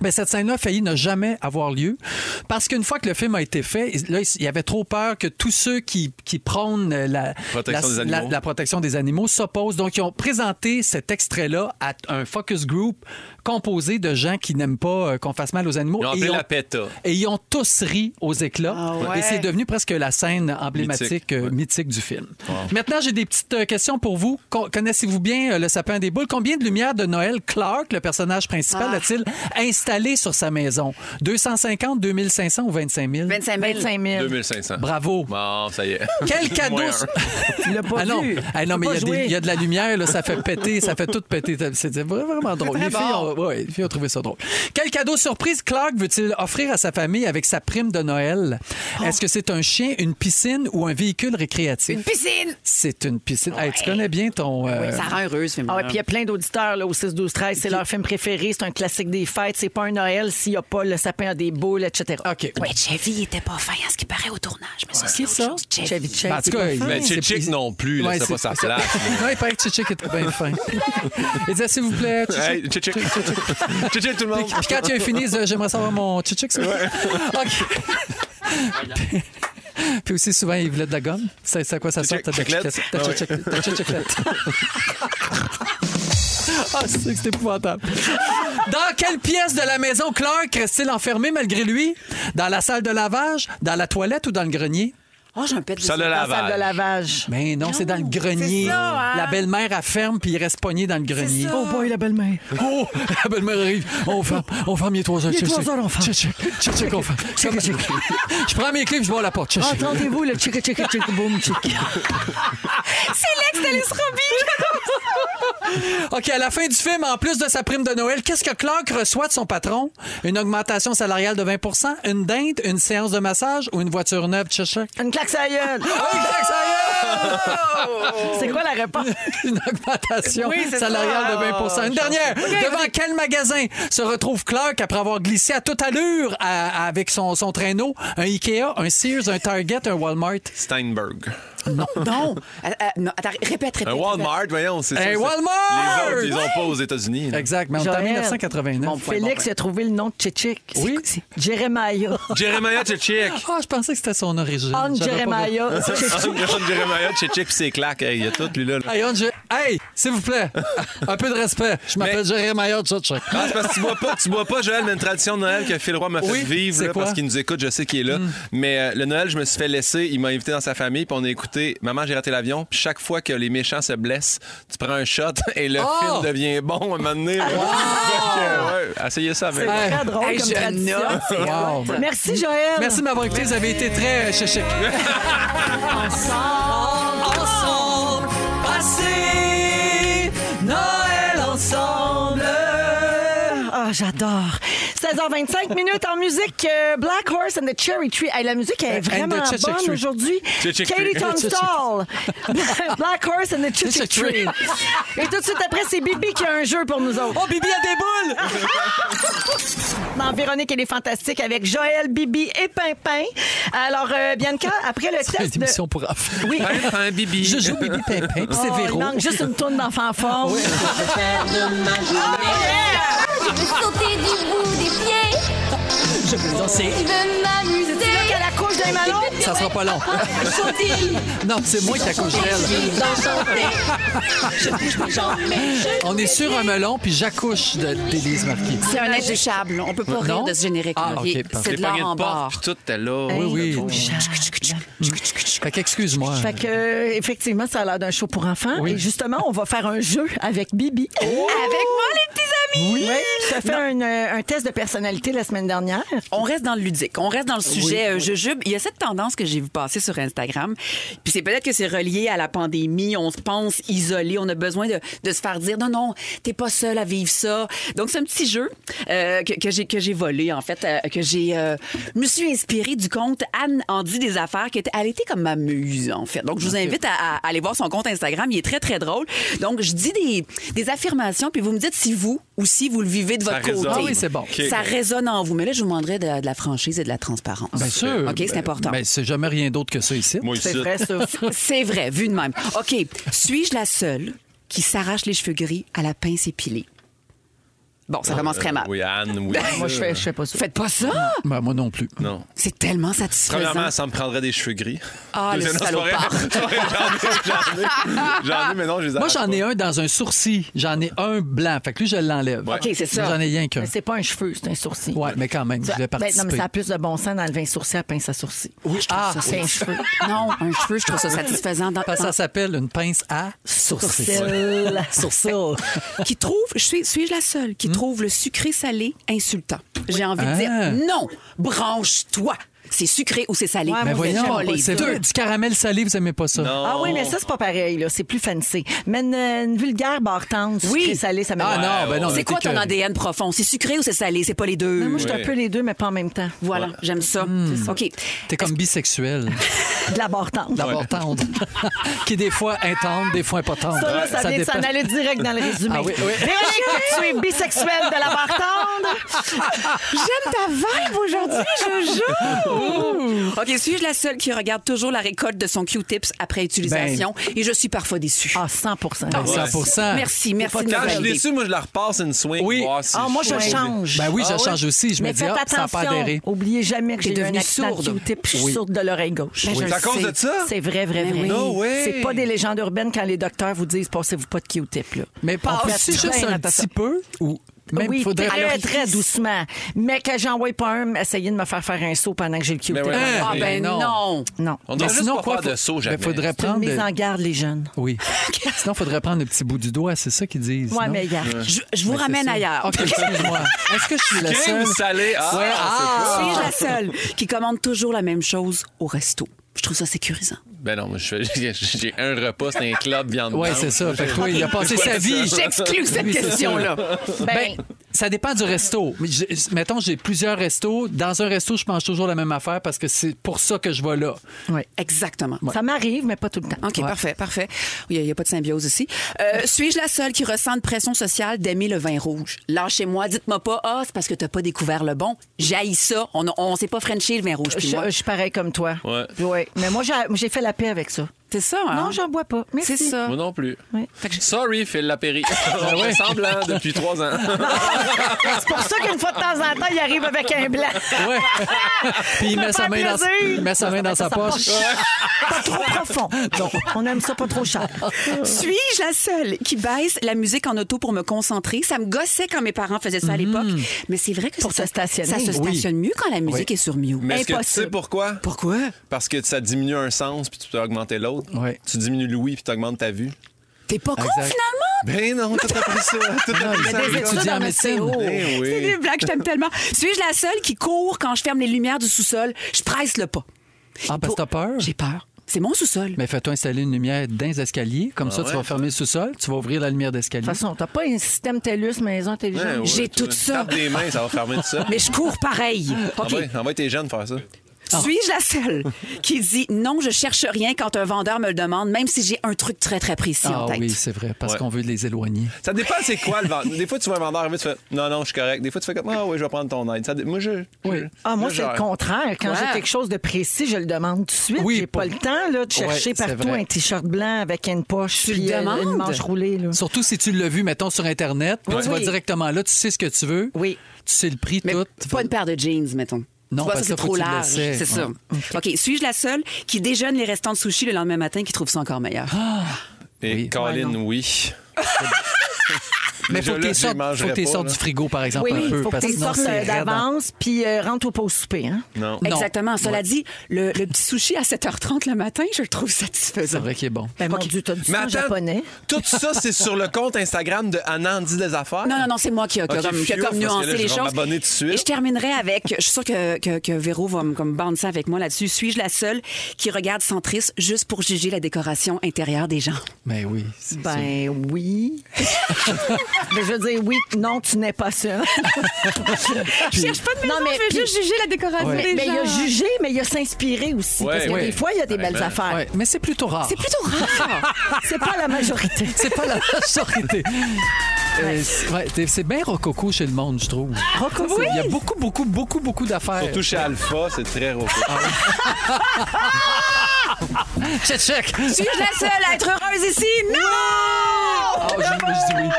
Mais cette scène-là a failli ne jamais avoir lieu parce qu'une fois que le film a été fait, là, il y avait trop peur que tous ceux qui, qui prônent euh, la Protection la- des animaux. la- la protection des animaux s'opposent. Donc, ils ont présenté cet extrait-là à un focus group composé de gens qui n'aiment pas euh, qu'on fasse mal aux animaux. Ils ont Et appelé la PETA. et ils ont tous ri aux éclats. Et c'est devenu presque la scène emblématique, Mythique, euh, mythique, ouais. du film. Maintenant, j'ai des petites euh, questions pour vous. Con- Connaissez-vous bien euh, le sapin des boules? Combien de lumières de Noël Clark, le personnage principal, a-t-il installé sur sa maison? 250, 2500 ou 25 000? 25 000. 25 000. 2500. Bravo. Bon, ça y est. Quel cadeau! Moins un. Tu l'as pas Ah non, vu. Ah Tu l'as non mais pas il y, a des- joué. il y a de la lumière, là, ça fait péter, ça fait tout péter. C'est c'est vraiment drôle. Les filles, ont, ouais, les filles ont trouvé ça drôle. Quel cadeau surprise Clark veut-il offrir à sa famille avec sa prime de Noël? Oh. Est-ce que c'est un chien, une piscine ou un véhicule récréatif? Une piscine. C'est une piscine. Hey, tu connais bien ton... euh, Ça rend heureuse, ce Ah ouais, film-là. puis il y a plein d'auditeurs là, au 6 12 13, c'est leur film préféré, c'est un classique des fêtes, c'est pas un Noël s'il n'y a pas le sapin à des boules, etc. OK. Mais Chevy, il était pas fin à ce qui paraît au tournage. Mais ça, c'est autre chose. Chevy Chase. Ben, en tout cas, il- Mais c'est- Chick non plus, là, Ouais, c'est pas sa place. Non, il paraît que Chichik était bien fin. Il disait, s'il vous plaît, Chichik, Hey, Chick-Chick. Chick-Chick, tout le monde. Puis quand tu as fini, euh, j'aimerais savoir mon tchitchik, s'il vous (laughs) plaît. OK. Puis aussi, souvent, ils voulaient de la gomme. C'est c'est à quoi ça sert, Tchitchik, ta chiclette? tchitchik- ta tchitchik- ta tchitchiklette? (laughs) Ah, c'est que c'est épouvantable. Dans quelle pièce de la maison Clark reste-t-il enfermé malgré lui? Dans la salle de lavage, dans la toilette ou dans le grenier? Oh, j'ai un pet de Ça, le Dans la euh, salle de lavage. lavage. Mais Ben non, c'est dans le grenier. La belle-mère, elle ferme, puis il reste pogné dans le grenier. Oh boy, la belle-mère. (laughs) Oh, la belle-mère arrive. On ferme, on ferme, il est 3 heures. Il est Check, trois check. heures, on ferme. Check, check, check, check, on ferme. Check, check. (laughs) Je prends mes clés, puis je vois la porte. Check, check. Entendez-vous Ah, le chick chick chick boom (laughs) chick. C'est l'ex d'Alice OK, à la fin du film, en plus de sa prime de Noël, qu'est-ce que Clark reçoit de son patron? Une augmentation salariale de 20 une dinde, une séance de massage ou une voiture neuve? Check, check. Une claque sa gueule. Oh, Une claque, ça y est! C'est quoi la réponse? (laughs) une augmentation Oui, c'est salariale ça. de Ah, 20 Une dernière. Devant quel magasin se retrouve Clark après avoir glissé à toute allure à- à- avec son, son traîneau un Ikea, un Sears, un Target, un Walmart? Steinberg. (laughs) Non. Euh, euh, non, attends, répète, répète. Un Walmart, voyons. c'est Un ça, c'est- Walmart! Les autres, ils ont pas aux États-Unis. là. Exact, mais on est en Joël. 1989. Bon. Ouais, Félix ouais. a trouvé le nom de Chichik. ben. Oui. C'est- c'est (laughs) Jeremiah. Jeremiah Chick. Ah, je pensais que c'était son origine. On J'avais pas vu. Jeremiah. (laughs) (laughs) Tchétchik. Jeremiah Chick, puis c'est claque. Hey, Il y a tout, lui, là. Hey, on- je- hey, s'il vous (laughs) plaît, un peu de respect. Je m'appelle Mais- Jeremiah Tchotchek. Ah, c'est parce que tu bois pas, tu bois pas, Joël, mais une tradition de Noël que Phil Roy m'a fait Oui, vivre c'est là, quoi? Hmm. parce qu'il nous écoute, je sais qu'il est là. Mais euh, le Noël, je me suis fait laisser, il m'a invité dans sa famille, puis on a écouté Maman, j'ai raté l'avion. Puis chaque fois que les méchants se blessent, tu prends un shot (laughs) et le Oh! film devient bon à un moment donné. là. Fait que, ouais, essayez ça avec. Hey. Très drôle Hey, comme je tradition. note. Wow. Merci Joël. Merci de m'avoir écouté. Vous avez été très euh, (laughs) chéchique. ensemble, ensemble, passer Noël ensemble. Ah, j'adore. 16h25 minutes en musique. euh, Black Horse and the Cherry Tree. Hey, la musique elle est And the vraiment Chit-Chit bonne Tree. aujourd'hui. Chit-Chit Katie Tree. (laughs) Tunstall. (laughs) Black Horse and the Chitchik Chit-Chit Tree. Et tout de suite après, c'est Bibi qui a un jeu pour nous autres. Oh, Bibi a des boules! Dans Véronique, elle est fantastique avec Joël, Bibi et Pimpin. Alors, euh, Bianca, après le C'est test une de... émission pour enfants. Oui. un bibi. Je joue Bibi Pimpin, puis c'est Oh, il Véro. manque juste une tourne d'enfant fort. Je vais sauter du bout des pieds. je peux le danser. Je veux m'amuser. C'est là qu'elle accouche d'un malon? Ça sera pas long. non, c'est moi qui accouche d'elle. On est sur un melon, puis j'accouche de- d'Élise Marquis. C'est un intouchable. On peut pas rire Non? de ce générique-là. Ah, Il- ok, parfait. C'est de Les l'art poignées en de porte, barre. puis tout, t'es là. Oui, oui. Fait Fait qu'excuse-moi. que, euh, effectivement, ça a l'air d'un show pour enfants. Oui. Et justement, on va faire un jeu avec Bibi. Avec moi, les petits amis! Oui. Ça fait un, euh, un test de personnalité la semaine dernière. On reste dans le ludique, on reste dans le sujet euh, jujube. Il y a cette tendance que j'ai vu passer sur Instagram, puis c'est peut-être que c'est relié à la pandémie, on se pense isolé, on a besoin de, de se faire dire non, non, t'es pas seul à vivre ça. Donc c'est un petit jeu euh, que, que j'ai que j'ai volé, en fait, euh, que j'ai... euh, je me suis inspirée du compte Anne en dit des affaires, qui était, elle était comme ma muse, en fait. Donc je vous invite à, à aller voir son compte Instagram, il est très, très drôle. Donc je dis des, des affirmations, puis vous me dites si vous, ou si vous le vivez de Ça votre côté. résonne. Ah oui, c'est bon. OK. Ça résonne en vous. Mais là, je vous demanderais de, de la franchise et de la transparence. Bien sûr. Ben, OK, c'est important. Mais c'est jamais rien d'autre que ça ici. Moi, C'est ici. vrai, ça. C'est vrai, vu de même. OK. Suis-je la seule qui s'arrache les cheveux gris à la pince épilée? Bon, Ah, ça commence euh, très mal. euh, Oui, Anne, oui. Ben, Moi, je fais, je fais pas ça. Faites pas ça! Ben, moi non plus. Non. C'est tellement Premièrement, satisfaisant. ça me prendrait des cheveux gris. Ah, le Deuxième, non, c'est pas vrai. (laughs) salopard. J'en ai, j'en ai. J'en ai, mais non, je les Moi, arrache j'en pas. ai un dans un sourcil. J'en ai un blanc. Fait que lui, je l'enlève. OK, c'est ça. J'en ai rien qu'un. Mais C'est pas un cheveu, c'est un sourcil. Ouais, mais quand même, je Ça- vais ben, non, participer. mais ça a plus de bon sens d'enlever un sourcil à pince à sourcil. Oui, je trouve Ah, ça C'est un satisfaisant. cheveu. Non, un cheveu, je trouve ça satisfaisant. Dans, Parce que ça s'appelle une pince à sourcil. Sourcil. Sourcil. qui trouve, je suis, suis-je la seule qui trouve le sucré salé insultant? J'ai envie de Hmm? Ah. dire non, branche-toi. C'est sucré ou c'est salé. Ouais, Mais Moi, j'aime Ben voyons, pas les c'est deux. Du caramel salé, vous aimez pas ça? Non. Ah oui, mais ça, c'est pas pareil, là. C'est plus fancy. Mais une, une vulgaire bartende, Oui. sucré salé, ça me Ah non, ben non. C'est mais quoi t'es ton que- ADN profond? C'est sucré ou c'est salé? C'est pas les deux. Hmm. Moi, je suis Oui. un peu les deux, mais pas en même temps. Voilà, j'aime ça. OK. T'es comme bisexuel. De la bartende. D'abord tendre. (laughs) qui est des fois intendre, des fois pas tendre. Ça, là, ça, vient de s'en aller direct dans le résumé. Ah oui, oui. Véronique, tu es bisexuelle de la bartende. J'aime ta vibe aujourd'hui, (laughs) Jojo! OK, suis-je la seule qui regarde toujours la récolte de son Q-tips après utilisation? Et je suis parfois déçue. Ah, 100 Ben, 100 Merci, merci de me Quand je suis valider. déçu, moi, je la repasse une swing. Oui. voir si Ah, moi, je suis- change. Ben oui, je Ah change aussi. Je me mais dis, faites hop, ça n'a pas attention. adhéré. Oubliée jamais que T'es j'ai eu un devenue accident de sourde. Q-tip, puis je Oui. suis sourde de l'oreille gauche. Ben, je C'est le à cause sais. de ça? C'est vrai, vrai, Mais vrai. oui. No way. C'est pas des légendes urbaines quand les docteurs vous disent passez-vous pas de Q-tip. Là. Mais pas On fait aussi juste bien un attention. petit peu ou même oui, faudrait. très, très doucement. Mais que j'envoie pas un, essayer de me faire faire un saut pendant que j'ai le Q-tip. Mais ouais. Hein? Ah, ben Mais non. non! Non. On devrait juste pas faire de saut, jamais. Il faudrait C'est une prendre. mise en garde, les jeunes. Oui. (laughs) Sinon, faudrait prendre le petit bout du doigt, c'est ça qu'ils disent. Ouais, non? mais garde. Je, je vous Ben, c'est ramène ça. ailleurs. OK, excuse-moi. Est-ce que je suis la Crème seule? salée. Ah, Ouais, ah. Suis-je la seule qui commande toujours la même chose au resto? Je trouve ça sécurisant. Ben non, moi, je fais- (laughs) j'ai j'ai un repas, c'est un club viande Ouais, blanche. c'est ça. Fait que toi, il a passé Ouais, sa c'est vie. ça. J'exclus cette Oui, c'est ça. question-là. Ben, ça dépend du resto. Mais j'ai- Mettons, j'ai plusieurs restos. Dans un resto, je mange toujours la même affaire parce que c'est pour ça que je vais là. Exactement. Ça m'arrive, mais pas tout le temps. OK, parfait, parfait. Il n'y a, pas de symbiose ici. (laughs) Euh, Suis-je la seule qui ressent une pression sociale d'aimer le vin rouge? Lâchez-moi, dites-moi pas, ah, c'est parce que t'as pas découvert le bon. J'haïs ça. On ne s'est pas frenché le vin rouge. Je, puis moi. je suis pareil comme toi. Ouais. Ouais. Mais moi, j'ai, j'ai fait la paix avec ça. C'est ça, Ah. hein? Non, j'en bois pas. C'est Merci. ça. Moi non plus. Ouais. Sorry, Phil Lapéry. On fait semblant depuis trois ans. C'est pour ça qu'une fois de temps en temps, il arrive avec un blanc. (laughs) Ouais. (laughs) Puis il me met, sa fait main dans, plaisir. il met sa main dans sa poche. Pas trop profond. Non, on aime ça pas trop cher. Suis-je la seule qui baisse la musique en auto pour me concentrer? Ça me gossait quand mes parents faisaient ça à l'époque. Mais c'est vrai que Mm-hmm. Pour ça, se stationner. ça se Oui. stationne mieux quand la musique est sur mute. Mais est-ce que tu sais Impossible. pourquoi? Pourquoi? Parce que ça diminue un sens, puis tu peux augmenter l'autre. Ouais. Tu diminues l'ouïe, puis tu augmentes ta vue. T'es pas con, Exact. finalement? Ben non, tout a pris ça. Tout a pris ça. des études en Ben médecine. oui. C'est des blagues, je t'aime tellement. Suis-je la seule qui court quand je ferme les lumières du sous-sol? Je presse le pas. Ah, parce que t'as peur? J'ai peur. C'est mon sous-sol. Mais fais-toi installer une lumière dans les escaliers. Ah Comme ça, tu vas fermer le sous-sol, tu vas ouvrir la lumière d'escalier. De toute façon, t'as pas un système TELUS maison intelligente. Ouais, ouais, J'ai tu tout (laughs) ça. Tape des mains, ça Ah va fermer tout ça. Ah Mais je cours pareil. OK. Envoie, envoie tes jeunes faire ça. Suis-je la seule qui dit non, je cherche rien quand un vendeur me le demande, même si j'ai un truc très, très précis Ah en tête? oui, c'est vrai, parce Ouais. qu'on veut les éloigner. Ça dépend c'est quoi le vendeur. Des fois, tu vois un vendeur arriver, tu fais non, non, je suis correct. Des fois, tu fais comme ah oui, je vais prendre ton aide. Ça dé- moi, je. Oui. Ah, moi, Là, c'est genre- le contraire. Quand Ouais. j'ai quelque chose de précis, je le demande tout de suite. Oui, j'ai pour- pas le temps là, de chercher Ouais, c'est partout vrai. un t-shirt blanc avec une poche Tu le puis, euh, une demandes? manche roulée. Là. Surtout si tu l'as vu, mettons, sur Internet, puis Oui. tu vas directement là, tu sais ce que tu veux. Oui. Tu sais le prix, Mais tout. pas une paire de jeans, mettons. Non, Tu vois, parce ça, que c'est faut trop que tu le large. sais. C'est ça. Ouais. OK. Suis-je la seule qui déjeune les restants de sushi le lendemain matin qui trouve ça encore meilleur? Ah, Et Oui. Colin, oui. Mais Déjà faut que là, t'es je sortes, mangerais faut que t'es pas, sortes là. du frigo, par exemple, Oui, un oui, peu. faut que parce tu sinon, sortes c'est euh, raide hein. en- d'avance puis euh, rentre au pot souper. Hein? Non. Non. Exactement. Cela dit, le, le petit sushi à 7h30 le matin, je le trouve C'est satisfaisant. vrai qu'il est bon. Ben, mon Dieu, t'as du sang japonais. tout ça, c'est sur le compte Instagram de Anand dit des affaires. Non, non, non, c'est moi qui a qui a Ok, comme, qui a fio, comme parce que là, nuancé je les vais choses. m'abonner tout de suite. Et je terminerai avec, je suis sûre que, que, que Véro va me comme bander ça avec moi là-dessus. Suis-je la seule qui regarde centriste juste pour juger la décoration intérieure des gens? Mais oui. c'est sûr. Ben oui. (laughs) Mais je veux dire, oui, non, tu n'es pas (laughs) seule. Puis- non, mais, puis- juger la décoration Ouais. mais, mais il a jugé, mais il a s'inspiré aussi. Ouais, parce que ouais. des fois, il y a des belles ben, affaires. Ouais, mais c'est plutôt rare. (laughs) C'est plutôt rare. C'est pas la majorité. C'est (laughs) pas la majorité. Euh, c'est- ouais, t'es- c'est bien rococo chez le monde, je trouve. Ah, Rococo. Il y a beaucoup, beaucoup, beaucoup, beaucoup d'affaires. Surtout chez Alpha, c'est très roco. Check, check. Suis-je la seule à être heureuse ici? Non! Ah, je, je dis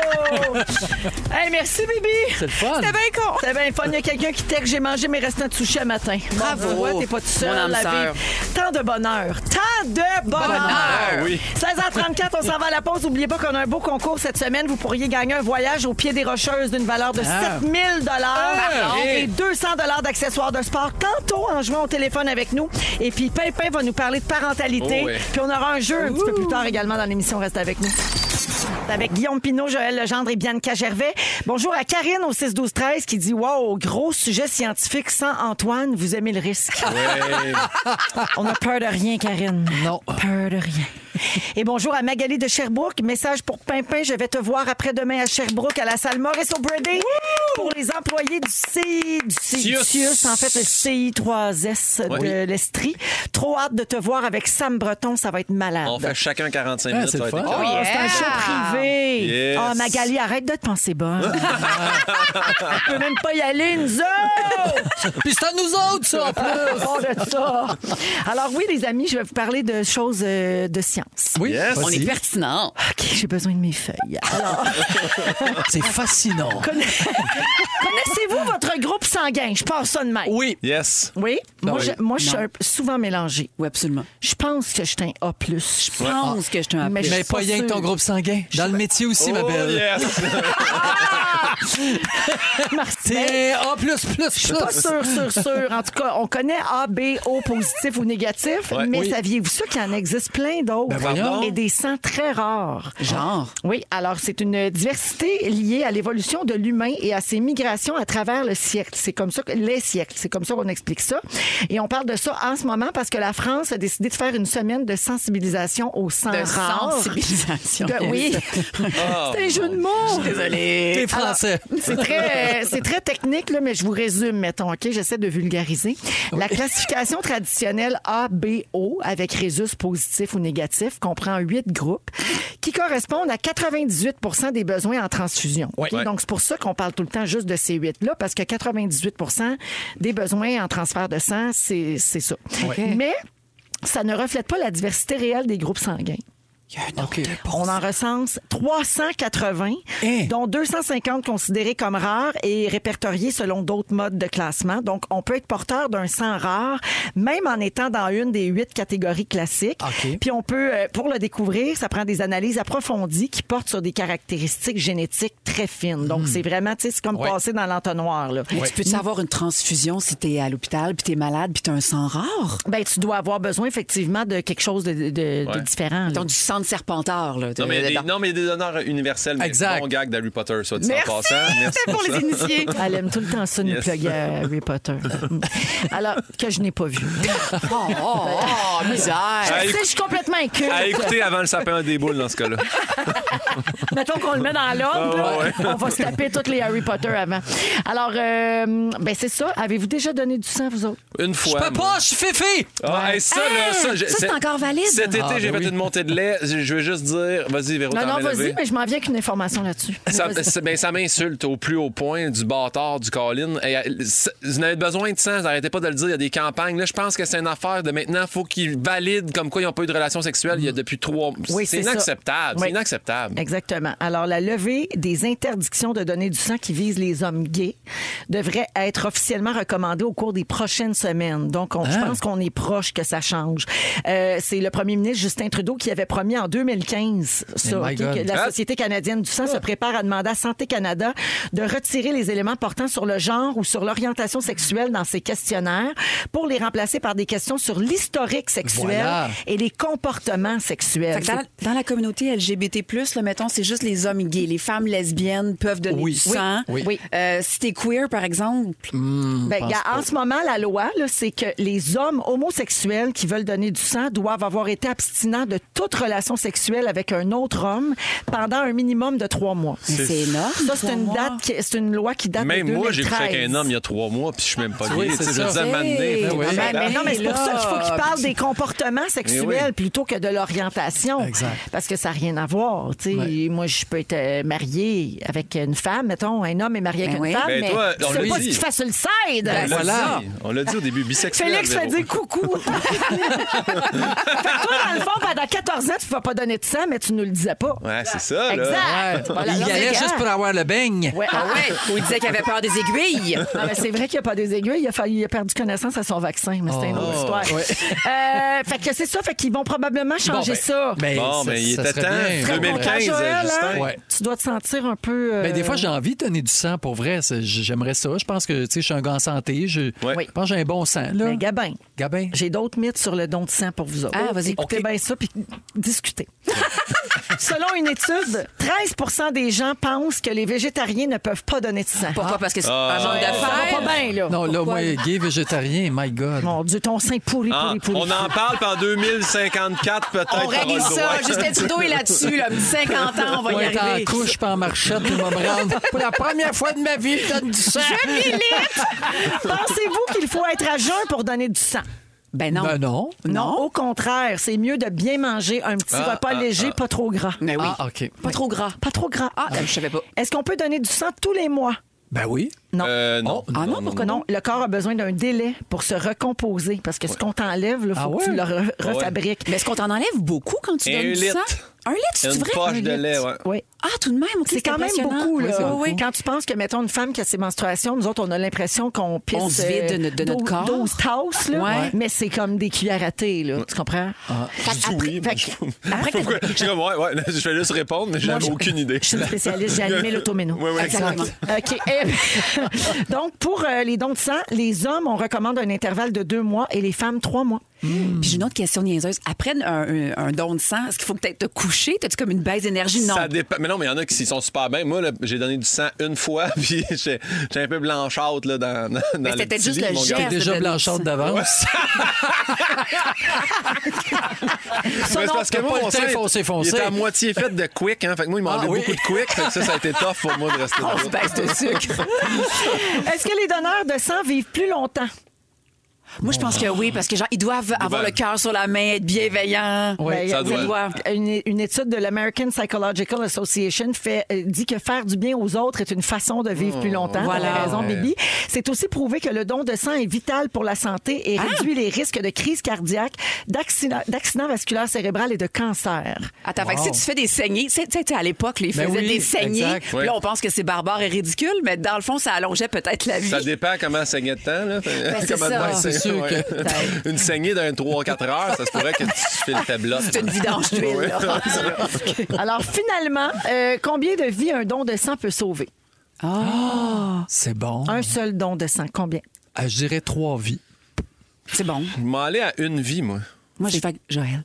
oui. (laughs) Hey, merci, Bibi. C'est le fun. C'était bien con. C'est bien fun. Il y a quelqu'un qui texte J'ai mangé mes restants de sushi à matin. Bravo. Bon, tu vois, t'es pas tout seul. Mon âme la sœur. vie. Tant de bonheur. Tant de bonheur. oui. 16h34, on s'en va à la pause. N'oubliez pas qu'on a un beau concours cette semaine. Vous pourriez gagner un voyage au pied des Rocheuses d'une valeur de Ah. 7000 dollars Ah. et 200 dollars d'accessoires de sport. Tantôt, en jouant au téléphone avec nous. Et puis, Pimpin va nous parler de parentalité. Oh, ouais. Puis, on aura un jeu un petit peu plus tard également dans l'émission. Reste avec nous avec Guillaume Pinot, Joël Legendre et Bianca Gervais. Bonjour à Karine au 6-12-13 qui dit Wow, gros sujet scientifique sans Antoine, vous aimez le risque. Ouais. On a peur de rien, Karine. Non. Peur de rien. Et bonjour à Magali de Sherbrooke. Message pour Pimpin. Je vais te voir après-demain à Sherbrooke, à la salle Maurice au Brady pour les employés du CI, du CI Cius. Cius, en fait, le CI3S de Oui. l'Estrie. Trop hâte de te voir avec Sam Breton. Ça va être malade. On fait chacun 45 Ah, minutes. c'est ça va le être fun. Oh, écœurant. C'est un show privé. Yes. Oh, Magali, arrête de te penser bonne. On peut même pas y aller, nous autres! Puis c'est à nous autres, ça, en plus. Bon de ça. Alors oui, les amis, je vais vous parler de choses euh, de science. Oui, Yes. On est pertinent. OK, j'ai besoin de mes feuilles. Alors, c'est fascinant. conna- connaissez-vous votre groupe sanguin? Je pense ça de même. Oui. Yes. Oui? Moi, oui. je, moi, je suis un- souvent mélangée. Oui, absolument. Je pense que je suis un A+. Je Je pense que je te Mais Mais pas pas rien que ton sûre. groupe sanguin. Dans le métier aussi, ma Oh, belle. yes. T'es A++++. plus, plus, Je suis pas sûre, sûre, sûre. En tout cas, on connaît A, B, O, positif ou négatif, Ouais. mais Oui. saviez-vous ça qu'il en existe plein d'autres? voyons. et des sangs très rares. Genre. Oui, alors c'est une diversité liée à l'évolution de l'humain et à ses migrations à travers le siècle. C'est comme ça que les siècles, c'est comme ça qu'on explique ça. Et on parle de ça en ce moment parce que la France a décidé de faire une semaine de sensibilisation aux sangs De rares. sensibilisation. De- Ben (laughs) oui. Ah, c'est un jeu de mots. Désolée. Ah. T'es français. (laughs) C'est très, euh, c'est très technique, là, mais je vous résume, mettons, OK? J'essaie de vulgariser. La classification traditionnelle A, B, O, avec résus positif ou négatif, comprend huit groupes qui correspondent à 98 des besoins en transfusion. Ouais. OK? Donc, c'est pour ça qu'on parle tout le temps juste de ces huit-là, parce que 98 des besoins en transfert de sang, c'est c'est ça. Mais ça ne reflète pas la diversité réelle des groupes sanguins. OK. On en recense 380, Hein? dont 250 considérés comme rares et répertoriés selon d'autres modes de classement. Donc, on peut être porteur d'un sang rare, même en étant dans une des huit catégories classiques. OK. Puis on peut, euh, pour le découvrir, ça prend des analyses approfondies qui portent sur des caractéristiques génétiques très fines. Donc, c'est vraiment, tu sais, c'est comme Hmm. Ouais. passer dans l'entonnoir. Là. Tu peux-tu avoir une transfusion si t'es à l'hôpital, puis t'es malade, puis t'as un sang rare? Ben, tu dois avoir besoin, effectivement, de quelque chose de, de- de Ouais. différent. là. Donc, du sang Alexandre Serpenteur. Là, de- Non, mais il y a des- dans- non, mais il y a des honneurs universels. mais Exact. Bon gag d'Harry Potter, ça, dit Merci. en passant. Merci C'était pour ça. (laughs) les initiés. Elle aime tout le temps ça, nous Yes. plugger Harry (laughs) Potter. Alors, que je n'ai pas vu. Oh, oh, oh, Ben, misère. Ah, Je sais, écoute- je suis complètement inculte. À écouter avant le sapin des boules dans ce cas-là. Mettons qu'on le met dans l'ordre. Ah ouais. là. On va se taper toutes les Harry Potter avant. Alors, euh, ben c'est ça. Avez-vous déjà donné du sang, vous autres? Une fois. Je peux moi. pas, je suis fifi! Ah, hey, ça, là, ça, j'ai- ça, c'est cet- encore valide. Cet été, Ah, j'ai ben fait oui. une montée de lait. Je je veux juste dire, vas-y, Véro, Non, t'en non, mets vas-y, levé. mais je m'en viens avec une information là-dessus. Ça, Mais vas-y. c'est- ben, ça m'insulte au plus haut point du bâtard, du Colin. Et, euh, c'est- vous en avez besoin de sang, vous n'arrêtez pas de le dire, il y a des campagnes. Là, je pense que c'est une affaire de maintenant, faut qu'ils valident comme quoi ils n'ont pas eu de relation sexuelle il y a depuis trois Oui, c'est c'est ça. inacceptable. C'est Oui. inacceptable. Exactement. Alors, la levée des interdictions de donner du sang qui vise les hommes gays devrait être officiellement recommandée au cours des prochaines semaines. Donc, on, je Ah. pense qu'on est proche que ça change. Euh, c'est le premier ministre Justin Trudeau qui avait promis en 2015 ça, Oh my ok, God. que la Ah. Société canadienne du sang se prépare à demander à Santé Canada de retirer les éléments portant sur le genre ou sur l'orientation sexuelle dans ses questionnaires pour les remplacer par des questions sur l'historique sexuel Voilà. et les comportements sexuels. Fait que dans, dans la communauté LGBT+, là, mettons, c'est juste les hommes gays. Les femmes lesbiennes peuvent donner Oui. du Oui. sang. Oui. Oui. Euh, si t'es queer, par exemple, Mm. Ben, gars, en ce moment, la loi, là, c'est que les hommes homosexuels qui veulent donner du sang doivent avoir été abstinents de toute relation sexuelle avec un autre homme pendant un minimum de trois mois. c'est énorme. Ça, c'est pour une moi. date, qui- c'est une loi qui date de Même 2013. moi, j'ai couché avec un homme il y a trois mois, puis je suis même pas Oui, gay. c'est Tu sais, Je ça. veux dire, à un moment donné, Hey, faut oui. que ça ben, date. Mais non, mais c'est pour ça qu'il faut qu'il Là. parle des comportements sexuels oui. plutôt que de l'orientation. Exact. Parce que ça n'a rien à voir. tu sais. Ouais. Moi, je peux être euh, mariée avec une femme, mettons, un homme est marié avec Ben une oui. femme, Ben, mais toi, on c'est le pas dit. ce qui fait sur le side. On l'a Ben, Voilà. dit. On l'a dit au début, bisexuel. Ben, Félix fait Véro. dire coucou. (laughs) fait que toi, dans le fond, pendant 14 ans, tu ne vas pas donner de sang, mais tu ne le disais pas. Ouais, c'est ça, là. Exact. Voilà, il y non, allait mais juste gars. pour avoir le beigne. Ouais. Ah ouais, où il disait qu'il avait peur des aiguilles. Non, mais c'est vrai qu'il n'y a pas des aiguilles. Il a, fallu, il a perdu connaissance à son vaccin, mais c'est une autre Oh. histoire. Euh, fait que c'est ça. Fait qu'ils vont probablement changer ben, ça. ben, Bon, ça- mais il ça était serait temps. bien. Très 2015, content, Joël, hein? Justin. Ouais. Tu dois te sentir un peu. euh, Ben, des fois, j'ai envie de donner du sang pour vrai. C'est- j- J'aimerais ça. Je pense que tu sais, je suis un gars en santé. Je Ouais. je pense que j'ai un bon sang. Là. Mais Gabin, Gabin. Ben, j'ai d'autres mythes sur le don de sang pour vous autres. Ah, vas-y. Écoutez bien ça, puis discutez. (laughs) Selon une étude, 13 des gens pensent que les végétariens ne peuvent pas donner de sang. Pourquoi? Parce que c'est un Ah. manque de Ça va fer. pas bien, là. Non, là, moi, gay, végétarien, my God. Mon Dieu, ton sein pourri, Ah, pourri, pourri. (laughs) on en parle, puis en 2054, peut-être. t'auras On le règle droit. ça. Justin Trudeau est là-dessus. Là. 50 ans, on va Moi, y être en arriver. couche, pas en marchette, puis me rendre. (laughs) Pour la première fois de ma vie, je donne du sang. Pensez-vous qu'il faut être à jeun pour donner du sang? Ben non. Ben non. Non, au contraire, c'est mieux de bien manger un petit Ah, repas léger, pas trop gras. Mais Ben oui. Ah, OK. Pas trop gras. Pas trop gras. Ah, je savais pas. Est-ce qu'on peut donner du sang tous les mois? Ben oui. Non. Euh, non. Ah non, pourquoi non? Non, le corps a besoin d'un délai pour se recomposer parce que ce qu'on t'enlève, il faut Ah que ouais? tu le re- refabriques. Mais est-ce qu'on t'en enlève beaucoup quand tu Un donnes du litre. sang? Un litre, c'est Une vrai? poche de Un lait, litre. ouais. Oui. Ah, tout de même, ok, C'est quand même impressionnant. beaucoup. Là. Oui, c'est Oui, beaucoup. Quand tu penses que, mettons, une femme qui a ses menstruations, nous autres, on a l'impression qu'on pisse euh, On se vide de notre- de dou- notre corps. 12 tasses, là, Ouais. Ah. mais c'est comme des cuillères à thé. Là, Tu comprends? Je dis (laughs) oui, mais je- (laughs) Pourquoi? Je suis comme, ouais, ouais, je vais juste répondre, mais j'avais Moi, je- aucune idée. Je suis une spécialiste, j'ai (laughs) animé l'automéno. Oui, oui, Exactement. OK. Eh, (laughs) Donc, pour euh, les dons de sang, les hommes, on recommande un intervalle de deux mois et les femmes, trois mois. Puis j'ai une autre question niaiseuse. Après un, un- un don de sang, est-ce qu'il faut peut-être te coucher? T'as-tu comme une baisse d'énergie? Non. Ça dépend. Mais non, mais il y en a qui sont super bien. Moi, là, j'ai donné du sang une fois, (laughs) puis j'ai j'ai un peu blanchâtre là, dans, dans Mais le c'était petit juste lit, le mon geste. gars. T'es déjà de donner du blanchâtre sang. d'avance. Mais c'est non, parce que t'as moi, pas mon le sang, teint foncé, foncé. il était à moitié fait de quick. Hein, fait que moi, il m'en Ah enlevait oui. beaucoup de quick. Fait que ça, ça a été tough pour moi de rester On là. se baisse de sucre. Est-ce que les donneurs de sang vivent plus longtemps? Moi, je pense que oui, parce que genre, ils doivent avoir le cœur sur la main, être bienveillants. Ben, Oui, ça euh, doit. ils doivent. Une, une étude de l'American Psychological Association fait, euh, dit que faire du bien aux autres est une façon de vivre plus longtemps. Voilà. T'as raison, Oh, Ouais. Bibi. C'est aussi prouvé que le don de sang est vital pour la santé et Ah! réduit les risques de crise cardiaque, d'accident d'accident vasculaire cérébral et de (laughs) cancer. Attends, fait que si tu fais des saignées, tu sais, tu sais, à l'époque, les Ben faisaient oui, des saignées. exact. Puis Oui. là, on pense que c'est barbare et ridicule, mais dans le fond, ça allongeait peut-être la vie. Ça dépend comment saigner de temps. Là. Ben, c'est Comment- ça. ouais, C'est sûr ouais. (laughs) Une saignée d'un 3-4 heures, ça se pourrait que tu files ta blotte. C'est une vidange d'huile. (laughs) là. Alors finalement, euh, combien de vies un don de sang peut sauver? (laughs) C'est bon. Un seul don de sang, combien? Ah, je dirais trois vies. C'est bon. Je m'en allais à une vie, moi. Moi, j'ai fait Joël.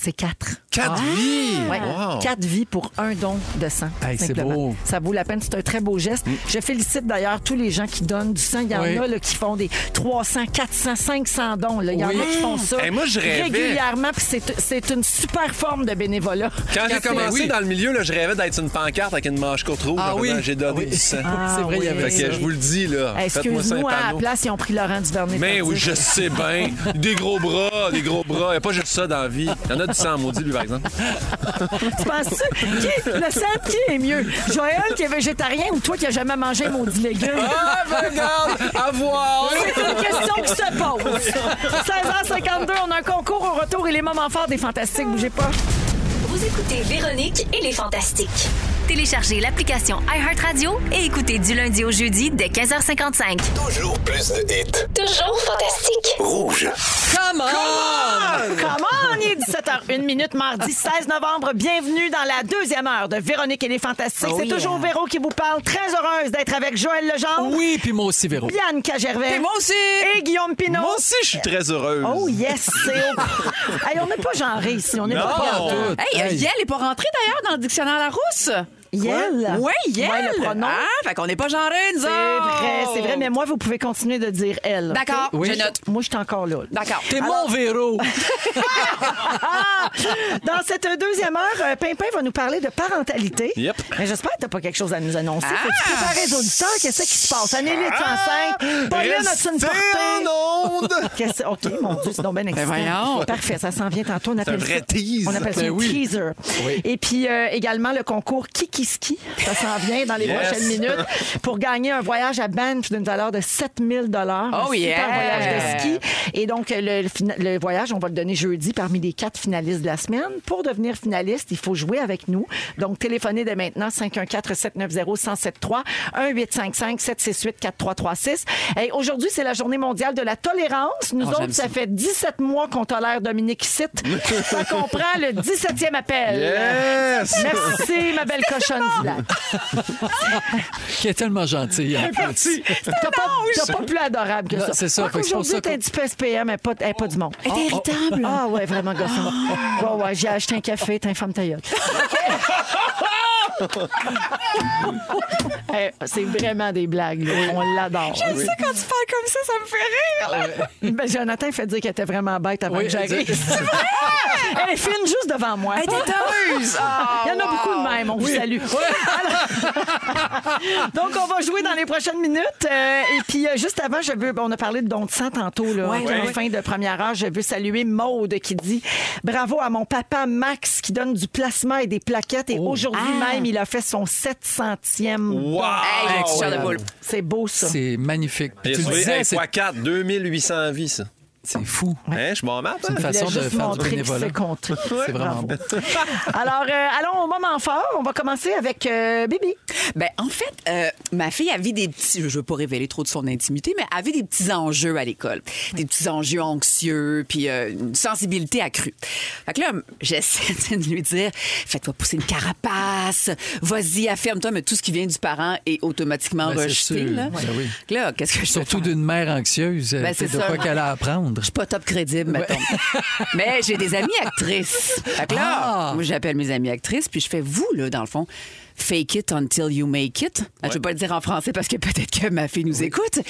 C'est quatre. Quatre Ah. vies! Ouais. Wow. Quatre vies pour un don de sang. Hey, c'est simplement. beau. Ça vaut la peine. C'est un très beau Mm. geste. Je félicite d'ailleurs tous les gens qui donnent du sang. Il y en Oui. a là, qui font des 300, 400, 500 dons. là. Il y en Oui. a qui font ça Hey, moi, je rêvais. régulièrement. puis c'est- C'est une super forme de bénévolat. Quand j'ai Quatre- commencé oui. dans le milieu, là, je rêvais d'être une pancarte avec une manche courte rouge. Ah en oui. faisant, J'ai donné Ah du sang. C'est vrai, il y avait Fait que ça. je vous le dis, là. Faites-moi ça un Excuse-nous, à la panneau. place, ils ont pris Laurent Duvernay. Mais pour oui, dire. je sais bien. Des gros bras, des gros bras. Il n'y a pas juste ça dans la vie. Il y en a du sang maudit, lui, par exemple. Tu penses-tu? Qui, le sang, qui est mieux? Joël qui est végétarien ou toi qui n'as jamais mangé un maudit légume? Ah, ben, regarde! À voir! C'est une question qui se pose. 16h52, on a un concours au retour et les moments forts des fantastiques. Bougez pas. Vous écoutez Véronique et les Fantastiques. Téléchargez l'application iHeartRadio et écoutez du lundi au jeudi dès 15h55. Toujours plus de hits. Toujours fantastique. Rouge. Come on! Comment on est 17h01 minute mardi 16 novembre. Bienvenue dans la deuxième heure de Véronique et les Ah fantastiques. Oh C'est yeah. toujours hein. Véro qui vous parle. Très heureuse d'être avec Joël Legendre, Oui, puis moi aussi, Véro. Yann Cagervais Et moi aussi! et Guillaume Pinot. Moi aussi, je suis très heureuse. Oh yes, c'est au- Hey, on n'est pas genré ici, on n'est pas Non. partout. Ah, Tout. Hey, euh, Hey. Yel est pas rentré d'ailleurs dans le dictionnaire Larousse. Yel. Oui, Yel. Ouais, le pronom. Ah, fait qu'on n'est pas genré, nous C'est vrai, c'est vrai, mais moi, vous pouvez continuer de dire elle. D'accord, OK? Oui. je note. Moi, je suis encore là. D'accord. T'es mon (laughs) Véro! Ah! (laughs) Dans cette deuxième heure, euh, Pimpin va nous parler de parentalité. Yep. Mais j'espère que t'as pas quelque chose à nous annoncer. Fait que Ah! préparer les auditeurs, qu'est-ce qui se passe? Anneli, est enceinte? Pauline, as-tu une Ah! Restez portée? en (laughs) onde! Ben Qu'est-ce- OK, mon Dieu, c'est donc bien excitant. voyons. Parfait, ça s'en vient tantôt. On appelle un vrai ça, tease. On appelle ça Ben un oui. teaser. Oui. Et puis euh, également le concours Kikiski. Ça s'en vient dans les Yes. prochaines minutes pour gagner un voyage à Banff d'une valeur de 7000 dollars. Oh un super yeah. voyage de ski. Et donc, euh, le, le fina- le voyage, on va le donner jeudi parmi les quatre finalistes de la semaine. Pour devenir finaliste, il faut jouer avec nous. Donc, téléphonez dès maintenant 514-790-1073 1-855-768-4336. Et Aujourd'hui, c'est la journée mondiale de la tolérance. Nous Oh, autres, j'aime ça ça. fait 17 mois qu'on tolère Dominique Cite. ça comprend le 17e appel. Yes! Merci, ma belle cochonne. Dylan. Qui est tellement gentil. en plus. T'as pas, t'as pas plus adorable que Non, ça. c'est ça, Par fait que contre, c'est pour Aujourd'hui, ça t'es un qu'on- petit peu SPM, mais pas, elle est pas du monde. Elle est irritable. Ah ouais, vraiment gossante. Ouais, ouais, j'ai acheté un café, t'es un femme tailleuse. (laughs) Hey, Eh, c'est vraiment des blagues, là. on l'adore. Je sais quand tu parles comme ça, ça me fait rire. Ben, Jonathan il fait dire qu'elle était vraiment bête avant Oui, que j'arrive. exact. C'est Elle est fine juste devant moi. Elle était Ah! heureuse. Il y en a beaucoup de même, on vous salue. Alors- (laughs) Donc, on va jouer dans les prochaines minutes. Euh, et puis, euh, juste avant, je veux. On a parlé de don de sang tantôt, là, Ouais, en ouais. fin de première heure. Je veux saluer Maude qui dit Bravo à mon papa Max qui donne du plasma et des plaquettes. Oh. Et aujourd'hui même, il a fait son 700e. Wow! Ah. Hey, petit chat de boule. C'est beau, ça. C'est magnifique. Puis Il a tu le sauvé disais, hey, c'est- fois 4, 2800 vies, ça. c'est fou. Hein, je suis bon en maths, hein? une Il façon a de juste faire du montré qu'il bénévolat. sait compter. C'est vraiment Bravo. beau. (laughs) Alors, euh, allons au moment fort. On va commencer avec euh, Bibi. Ben, en fait, euh, ma fille avait des petits. Je veux pas révéler trop de son intimité, mais avait des petits enjeux à l'école. Des petits enjeux anxieux, puis euh, une sensibilité accrue. Fait que là, j'essaie (laughs) de lui dire fais-toi pousser une carapace, vas-y, affirme-toi, mais tout ce qui vient du parent est automatiquement Ben, c'est rejeté. sûr. Là, Ouais. Ben oui. Fait que là qu'est-ce que je Surtout fais? d'une mère anxieuse. Ben, c'est Ah, c'est de ça. quoi qu'elle a à apprendre. Je suis pas top crédible, mettons. Mais j'ai des amies actrices. Fait que là, Ah! moi, j'appelle mes amies actrices, puis je fais vous, là, dans le fond. Fake it until you make it. Euh, Je Je vais pas le dire en français parce que peut-être que ma fille nous écoute.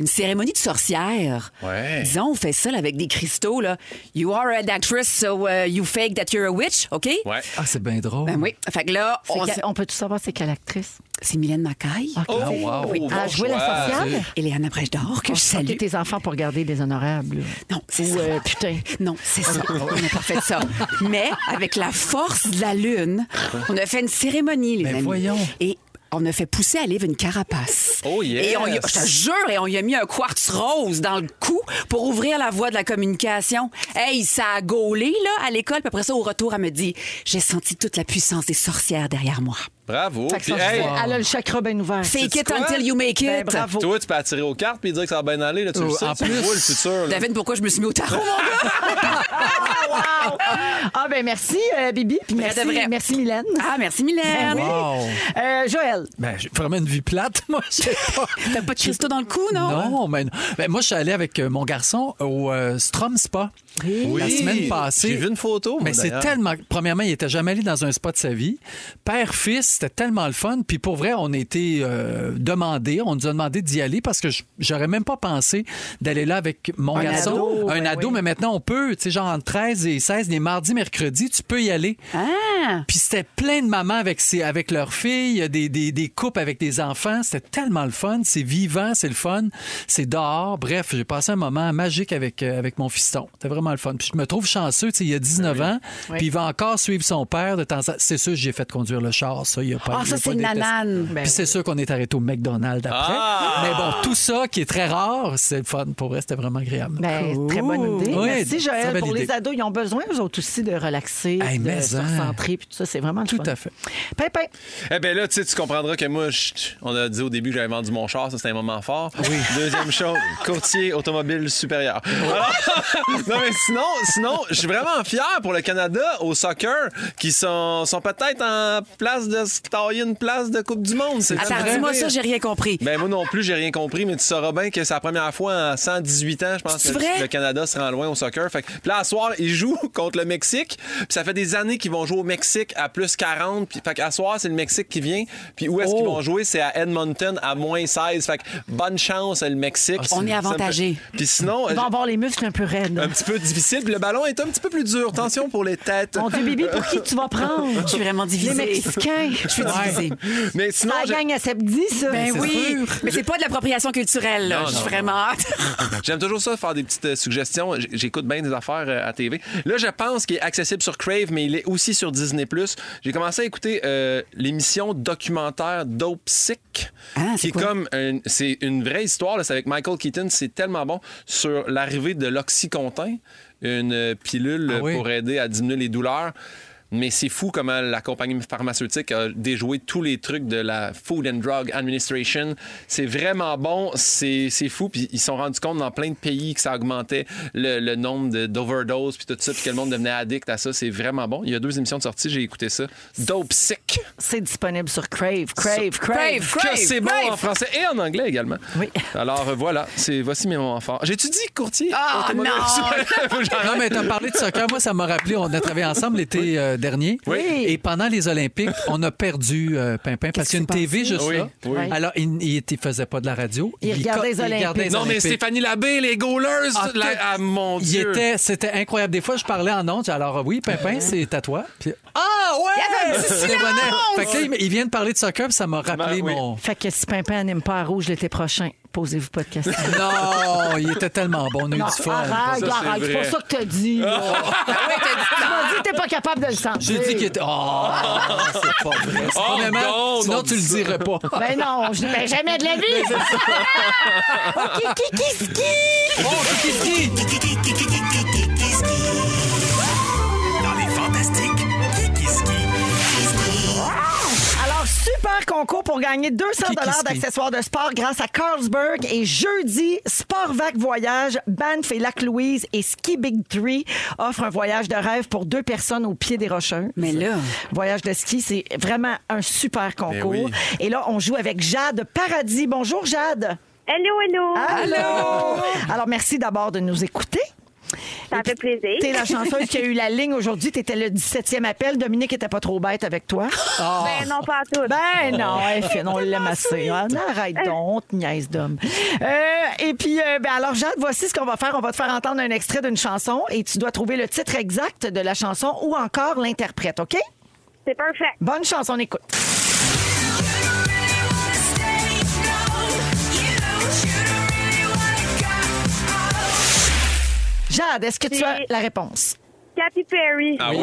Une cérémonie de sorcière. Ouais. Disons, on fait ça là, avec des cristaux, là. You are an actress, so uh, you fake that you're a witch, OK? Ouais. Ah, c'est bien drôle. Ben oui. Fait que là, C'est on quel- s- On peut-tu savoir c'est quelle actrice? c'est Mylène Macaille. Oh, wow. bon À jouer la choix. sociale? Eliane Brèche d'Or, que je salue. Salut tes enfants pour garder les honorables. Non, c'est Ou ça. euh, putain. (laughs) Non, c'est ça. On n'a pas fait ça. Mais avec la force de la lune, on a fait une cérémonie, les Mais amis. voyons. Et on a fait pousser à Liv une carapace. Oh, yes. Et on y a- je te jure, et on y a mis un quartz rose dans le cou pour ouvrir la voie de la communication. Hey, ça a gaulé, là, à l'école. Puis après ça, au retour, elle me dit J'ai senti toute la puissance des sorcières derrière moi. Bravo. Fait que Puis, ça, je hey, disais, Elle a le chakra bien ouvert. Fake Sais-tu it quoi? until you make it. Ben, bravo. Toi, tu peux attirer aux cartes puis dire que ça va bien aller. Là, tu le Oh, sais, en tu plus. vois le futur. là. David, pourquoi je me suis mis au tarot, mon gars? Ah, wow. Ah, ben merci, euh, Bibi. Puis Vrai de merci, vrai. merci, Mylène. Ah, merci, Ben Mylène. oui. Wow. Euh, Joël. Ben, j'ai vraiment une vie plate, (laughs) moi, je sais pas. T'as pas de cristaux dans le cou, non? Ah Non, mais non. Ben, moi, je suis allé avec euh, mon garçon au euh, Strom Spa la semaine passée. J'ai vu une photo. moi, Mais c'est d'ailleurs. tellement. Premièrement, il était jamais allé dans un spa de sa vie. Père-fils, c'était tellement le fun. Puis pour vrai, on était euh, demandé, on nous a demandé d'y aller parce que je- j'aurais même pas pensé d'aller là avec mon Un garçon, ado, un ben ado. oui. Mais maintenant, on peut, tu sais, genre entre 13 et 16, les mardis, mercredis, tu peux y aller. Hein? Ah! Puis c'était plein de mamans avec, ses, avec leurs filles, des, des, des couples avec des enfants. C'était tellement le fun. C'est vivant, c'est le fun. C'est dehors. Bref, j'ai passé un moment magique avec, euh, avec mon fiston. C'était vraiment le fun. Puis je me trouve chanceux. tu sais, Il a Ben 19 ans, puis il va encore suivre son père de temps en temps. C'est sûr, j'ai fait conduire le char. Ça, il a pas Ah, il ça, a c'est pas une détesté. nanane. Ben Puis c'est sûr qu'on est arrêté au McDonald's après. Ah! Mais bon, tout ça qui est très rare, c'est le fun. Pour vrai, c'était vraiment agréable. Ben, très bonne idée. Oui, Merci, très Joël. belle Pour les idée. ados, ils ont besoin, eux autres aussi, de relaxer, Hey, de mais se hein. recentrer, puis tout ça. C'est vraiment le Tout fun. à fait. Pimpin. Eh bien là, tu sais, tu comprendras que moi, je- on a dit au début que j'avais vendu mon char, ça c'était un moment fort. Ah Deuxième (laughs) chose, courtier automobile supérieur. Alors, non mais sinon, sinon, je suis vraiment fier pour le Canada au soccer qui sont, sont peut-être en place de se tailler une place de Coupe du Monde. C'est Attends, comme- dis-moi ça, j'ai rien compris. Ben moi non plus, j'ai rien compris, mais tu sauras bien que c'est la première fois en 118 ans, je pense, que C'est vrai? le Canada se rend loin au soccer. Fait que, puis là, à soir, ils jouent (laughs) contre le Mexique. Puis ça fait des années qu'ils vont jouer au Mexique à plus 40. Puis, fait qu'à soir, c'est le Mexique qui vient. Puis où est-ce qu'ils Oh. vont jouer? C'est à Edmonton à moins 16. Fait que bonne chance, le Mexique. On est Ça me fait- avantagés. Puis sinon, Ils vont euh, avoir les muscles un peu raides. un petit peu difficile. Puis le ballon est un petit peu plus dur. Tension pour les têtes. Mon Dieu, Bibi, pour qui tu vas prendre? (laughs) Je suis vraiment Les divisée. Mexicains. Je suis divisée. Mais sinon, La j'ai- gang à samedi, ça. Ben C'est oui, sûr. mais c'est pas de l'appropriation culturelle. Là. Non, je suis non, vraiment hâte. (laughs) (laughs) J'aime toujours ça, faire des petites euh, suggestions. J- J'écoute bien des affaires euh, à TV. Là, je pense qu'il est accessible sur Crave, mais il est aussi sur Disney+. J'ai commencé à écouter euh, l'émission documentaire Dope Sick, Ah, c'est qui est quoi? comme... un- C'est une vraie histoire, là. c'est avec Michael Keaton, c'est tellement bon, sur l'arrivée de l'oxycontin, une euh, pilule Ah euh, oui. pour aider à diminuer les douleurs. Mais c'est fou comment la compagnie pharmaceutique a déjoué tous les trucs de la Food and Drug Administration. C'est vraiment bon, c'est c'est fou. Puis ils se sont rendus compte dans plein de pays que ça augmentait le, le nombre de- d'overdoses, puis tout ça, puis que le monde devenait addict à ça. C'est vraiment bon. Il y a deux émissions de sortie, j'ai écouté ça. Dope Sick. C'est disponible sur Crave, Crave, Crave. que c'est bon en français et en anglais également. Oui. Alors euh, voilà, c'est voici mes moments forts. J'ai-tu dit courtier? Ah, Automobile? non! (laughs) Faut que j'arrête. Non, mais t'as parlé de soccer. Moi, ça m'a rappelé, on a travaillé ensemble l'été euh, dernier. Oui. Et pendant les Olympiques, on a perdu euh, Pimpin parce qu'il y a une TV juste Oui, là. oui. Alors, il ne faisait pas de la radio. Il regardait co- les Olympiques. Non, mais Stéphanie Labbé, les goalers, Ah, la- tout- ah, mon Il Dieu. était, c'était incroyable. Des fois, je parlais en ondes. Alors, oui, Pimpin, c'est à toi. Puis, ah, ouais! Il y avait un petit C'est silence! bon. Fait que là, il- il vient de parler de soccer, puis ça m'a rappelé Ben, oui. mon. Fait que si Pimpin n'aime pas à rouge l'été prochain, posez-vous pas de (laughs) questions. Non, il était tellement bon. On a eu Non, du fun. arrête, Ça, c'est arrête. C'est vrai. Ah pas ça que t'as dit. (laughs) là. Tu m'as dit que t'es pas capable de le sentir. J'ai dit qu'il était. Oh, c'est pas vrai. Oh, Premièrement, non, sinon, non, tu le ça. dirais pas. Ben non, je ben jamais de la (laughs) (laughs) vie. qui, qui, qui, qui? Oh, Kiki! Dans les fantastiques, Alors, super concours pour gagner 200 dollars Kikiski. d'accessoires de sport grâce à Carlsberg. Et jeudi, Sportvac Voyage, Banff et Lac-Louise et Ski Big Tree offrent un voyage de rêve pour deux personnes au pied des Rocheuses. Mais là. Voyage de ski, c'est vraiment un super concours. oui. Et là, on joue avec Jade Paradis. Bonjour, Jade. Hello, hello. Allô! Alors, merci d'abord de nous écouter. Ça fait plaisir. T'es la chanceuse qui a eu la ligne aujourd'hui. T'étais le 17e appel. Dominique était pas trop bête avec toi. Ben non, pas à Ah. tous. Ben non, elle fait, on l'aime assez. Ah, non, arrête donc, on te niaise d'homme. Euh, et puis, euh, ben alors, Jade, voici ce qu'on va faire. On va te faire entendre un extrait d'une chanson et tu dois trouver le titre exact de la chanson ou encore l'interprète, OK? C'est parfait. Bonne chance, on écoute. Jade, est-ce que tu as C'est- la réponse? Katy Perry. Ah oui?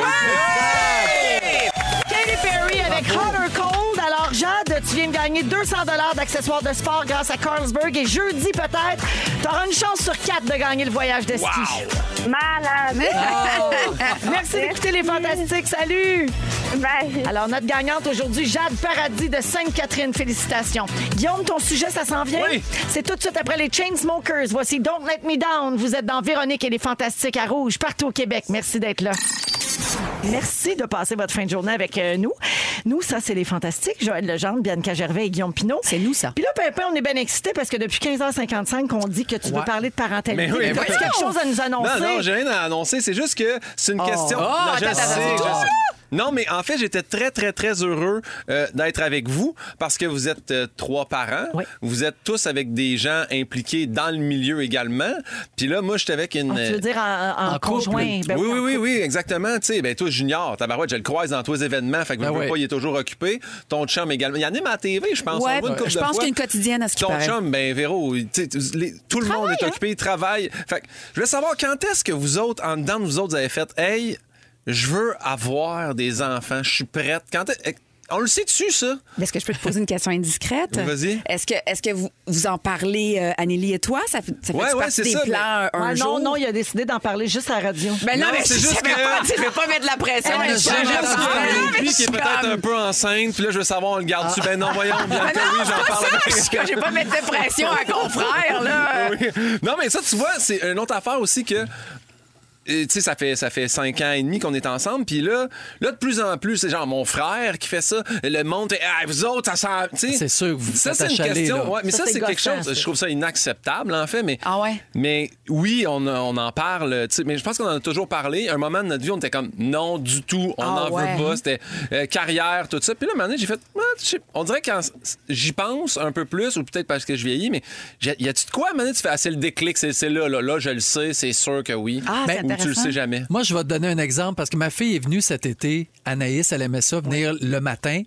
Katy Perry avec Hotter Cold. Alors, Jade, tu tu viens de gagner 200 d'accessoires de sport grâce à Carlsberg. Et jeudi, peut-être, tu auras une chance sur quatre de gagner le voyage de ski. Malade. Oh. Merci d'écouter les Fantastiques. Salut! Alors, notre gagnante aujourd'hui, Jade Paradis de Sainte-Catherine. Félicitations. Guillaume, ton sujet, ça s'en vient? Oui. C'est tout de suite après les Chainsmokers. Voici Don't Let Me Down. Vous êtes dans Véronique et les Fantastiques à Rouge, partout au Québec. Merci d'être là. Merci de passer votre fin de journée avec euh, nous. Nous, ça, c'est les fantastiques. Joël Legendre, Bianca Gervais et Guillaume Pinot. C'est nous, ça. Puis là, Pimpin, on est bien excités parce que depuis 15h55 qu'on dit que tu veux Ouais. parler de parentalité. Mais oui, T'as-tu mais- quelque chose à nous annoncer? Non, non, j'ai rien à annoncer. C'est juste que c'est une Oh. question. Oh, Non, je attends, sais, attends, je attends. sais. Non, mais en fait, j'étais très, très, très heureux euh, d'être avec vous parce que vous êtes euh, trois parents. Vous êtes tous avec des gens impliqués dans le milieu également. Puis là, moi, j'étais avec une. Ah, tu veux dire en, en conjoint? Ben oui, oui, oui, oui, exactement. Tu sais, ben toi, Junior, tabarouette, je le croise dans tous les événements. Fait que je Ben veux ouais. pas, il est toujours occupé. Ton chum également. Il y en a même à la TV, je pense. Ouais, on voit une couple je de pense fois. qu'il y a une quotidienne à ce qu'il Ton paraît. hein? chum, ben Véro, il- tu sais, les- tout le monde est occupé, il travaille. Fait que, je voulais savoir quand est-ce que vous autres, en dedans de vous autres, vous avez fait Hey, je veux avoir des enfants, je suis prête. Quand est- on le sait-tu, ça? Est-ce que je peux te poser une question indiscrète? Vas-y. Est-ce que, est-ce que vous, vous en parlez, euh, Anneli et toi? Ça, fait- ça fait Ouais, ouais, partie c'est des ça, plans mais- un Ouais, non, jour? non, il a décidé d'en parler juste à la radio. Ben non, Non, mais c'est je juste savais que- pas, tu veux pas mettre de la pression. C'est je savais juste pas. que lui qui est Je peut-être suis un comme- peu enceinte, puis là, je veux savoir, on le garde-tu? Ben non, voyons, bien Mais non, oui, c'est j'en pas parle. ça, je suis comme, je vais pas mettre de pression à confrère, (laughs) (laughs) là. Oui. Non, mais ça, tu vois, c'est une autre affaire aussi que. euh, Tu sais, ça fait, ça fait cinq ans et demi qu'on est ensemble. Puis là, là, de plus en plus, c'est genre mon frère qui fait ça. Le monde, est, ah, vous autres, ça sent. tu sais. C'est sûr que vous vous Ça, faites c'est une achaler, là. question. ouais, mais Ça, ça, c'est c'est quelque gossant, chose. ça. Je trouve ça inacceptable, en fait. Mais, Ah ouais? mais oui, on, on en parle. tu sais, Mais je pense qu'on en a toujours parlé. Un moment de notre vie, on était comme non, du tout, on Ah n'en ouais. veut pas. C'était euh, carrière, tout ça. Puis là, un moment donné, j'ai fait, Ah, je sais- on dirait que j'y pense un peu plus, ou peut-être parce que je vieillis, mais j'ai- y a-tu de quoi, à un moment donné, tu fais, ah, c'est le déclic, c'est c'est là, là, là, je le sais, c'est sûr que oui. Ben, ou tu le sais jamais. Moi, je vais te donner un exemple parce que ma fille est venue cet été, Anaïs, elle aimait ça, venir le matin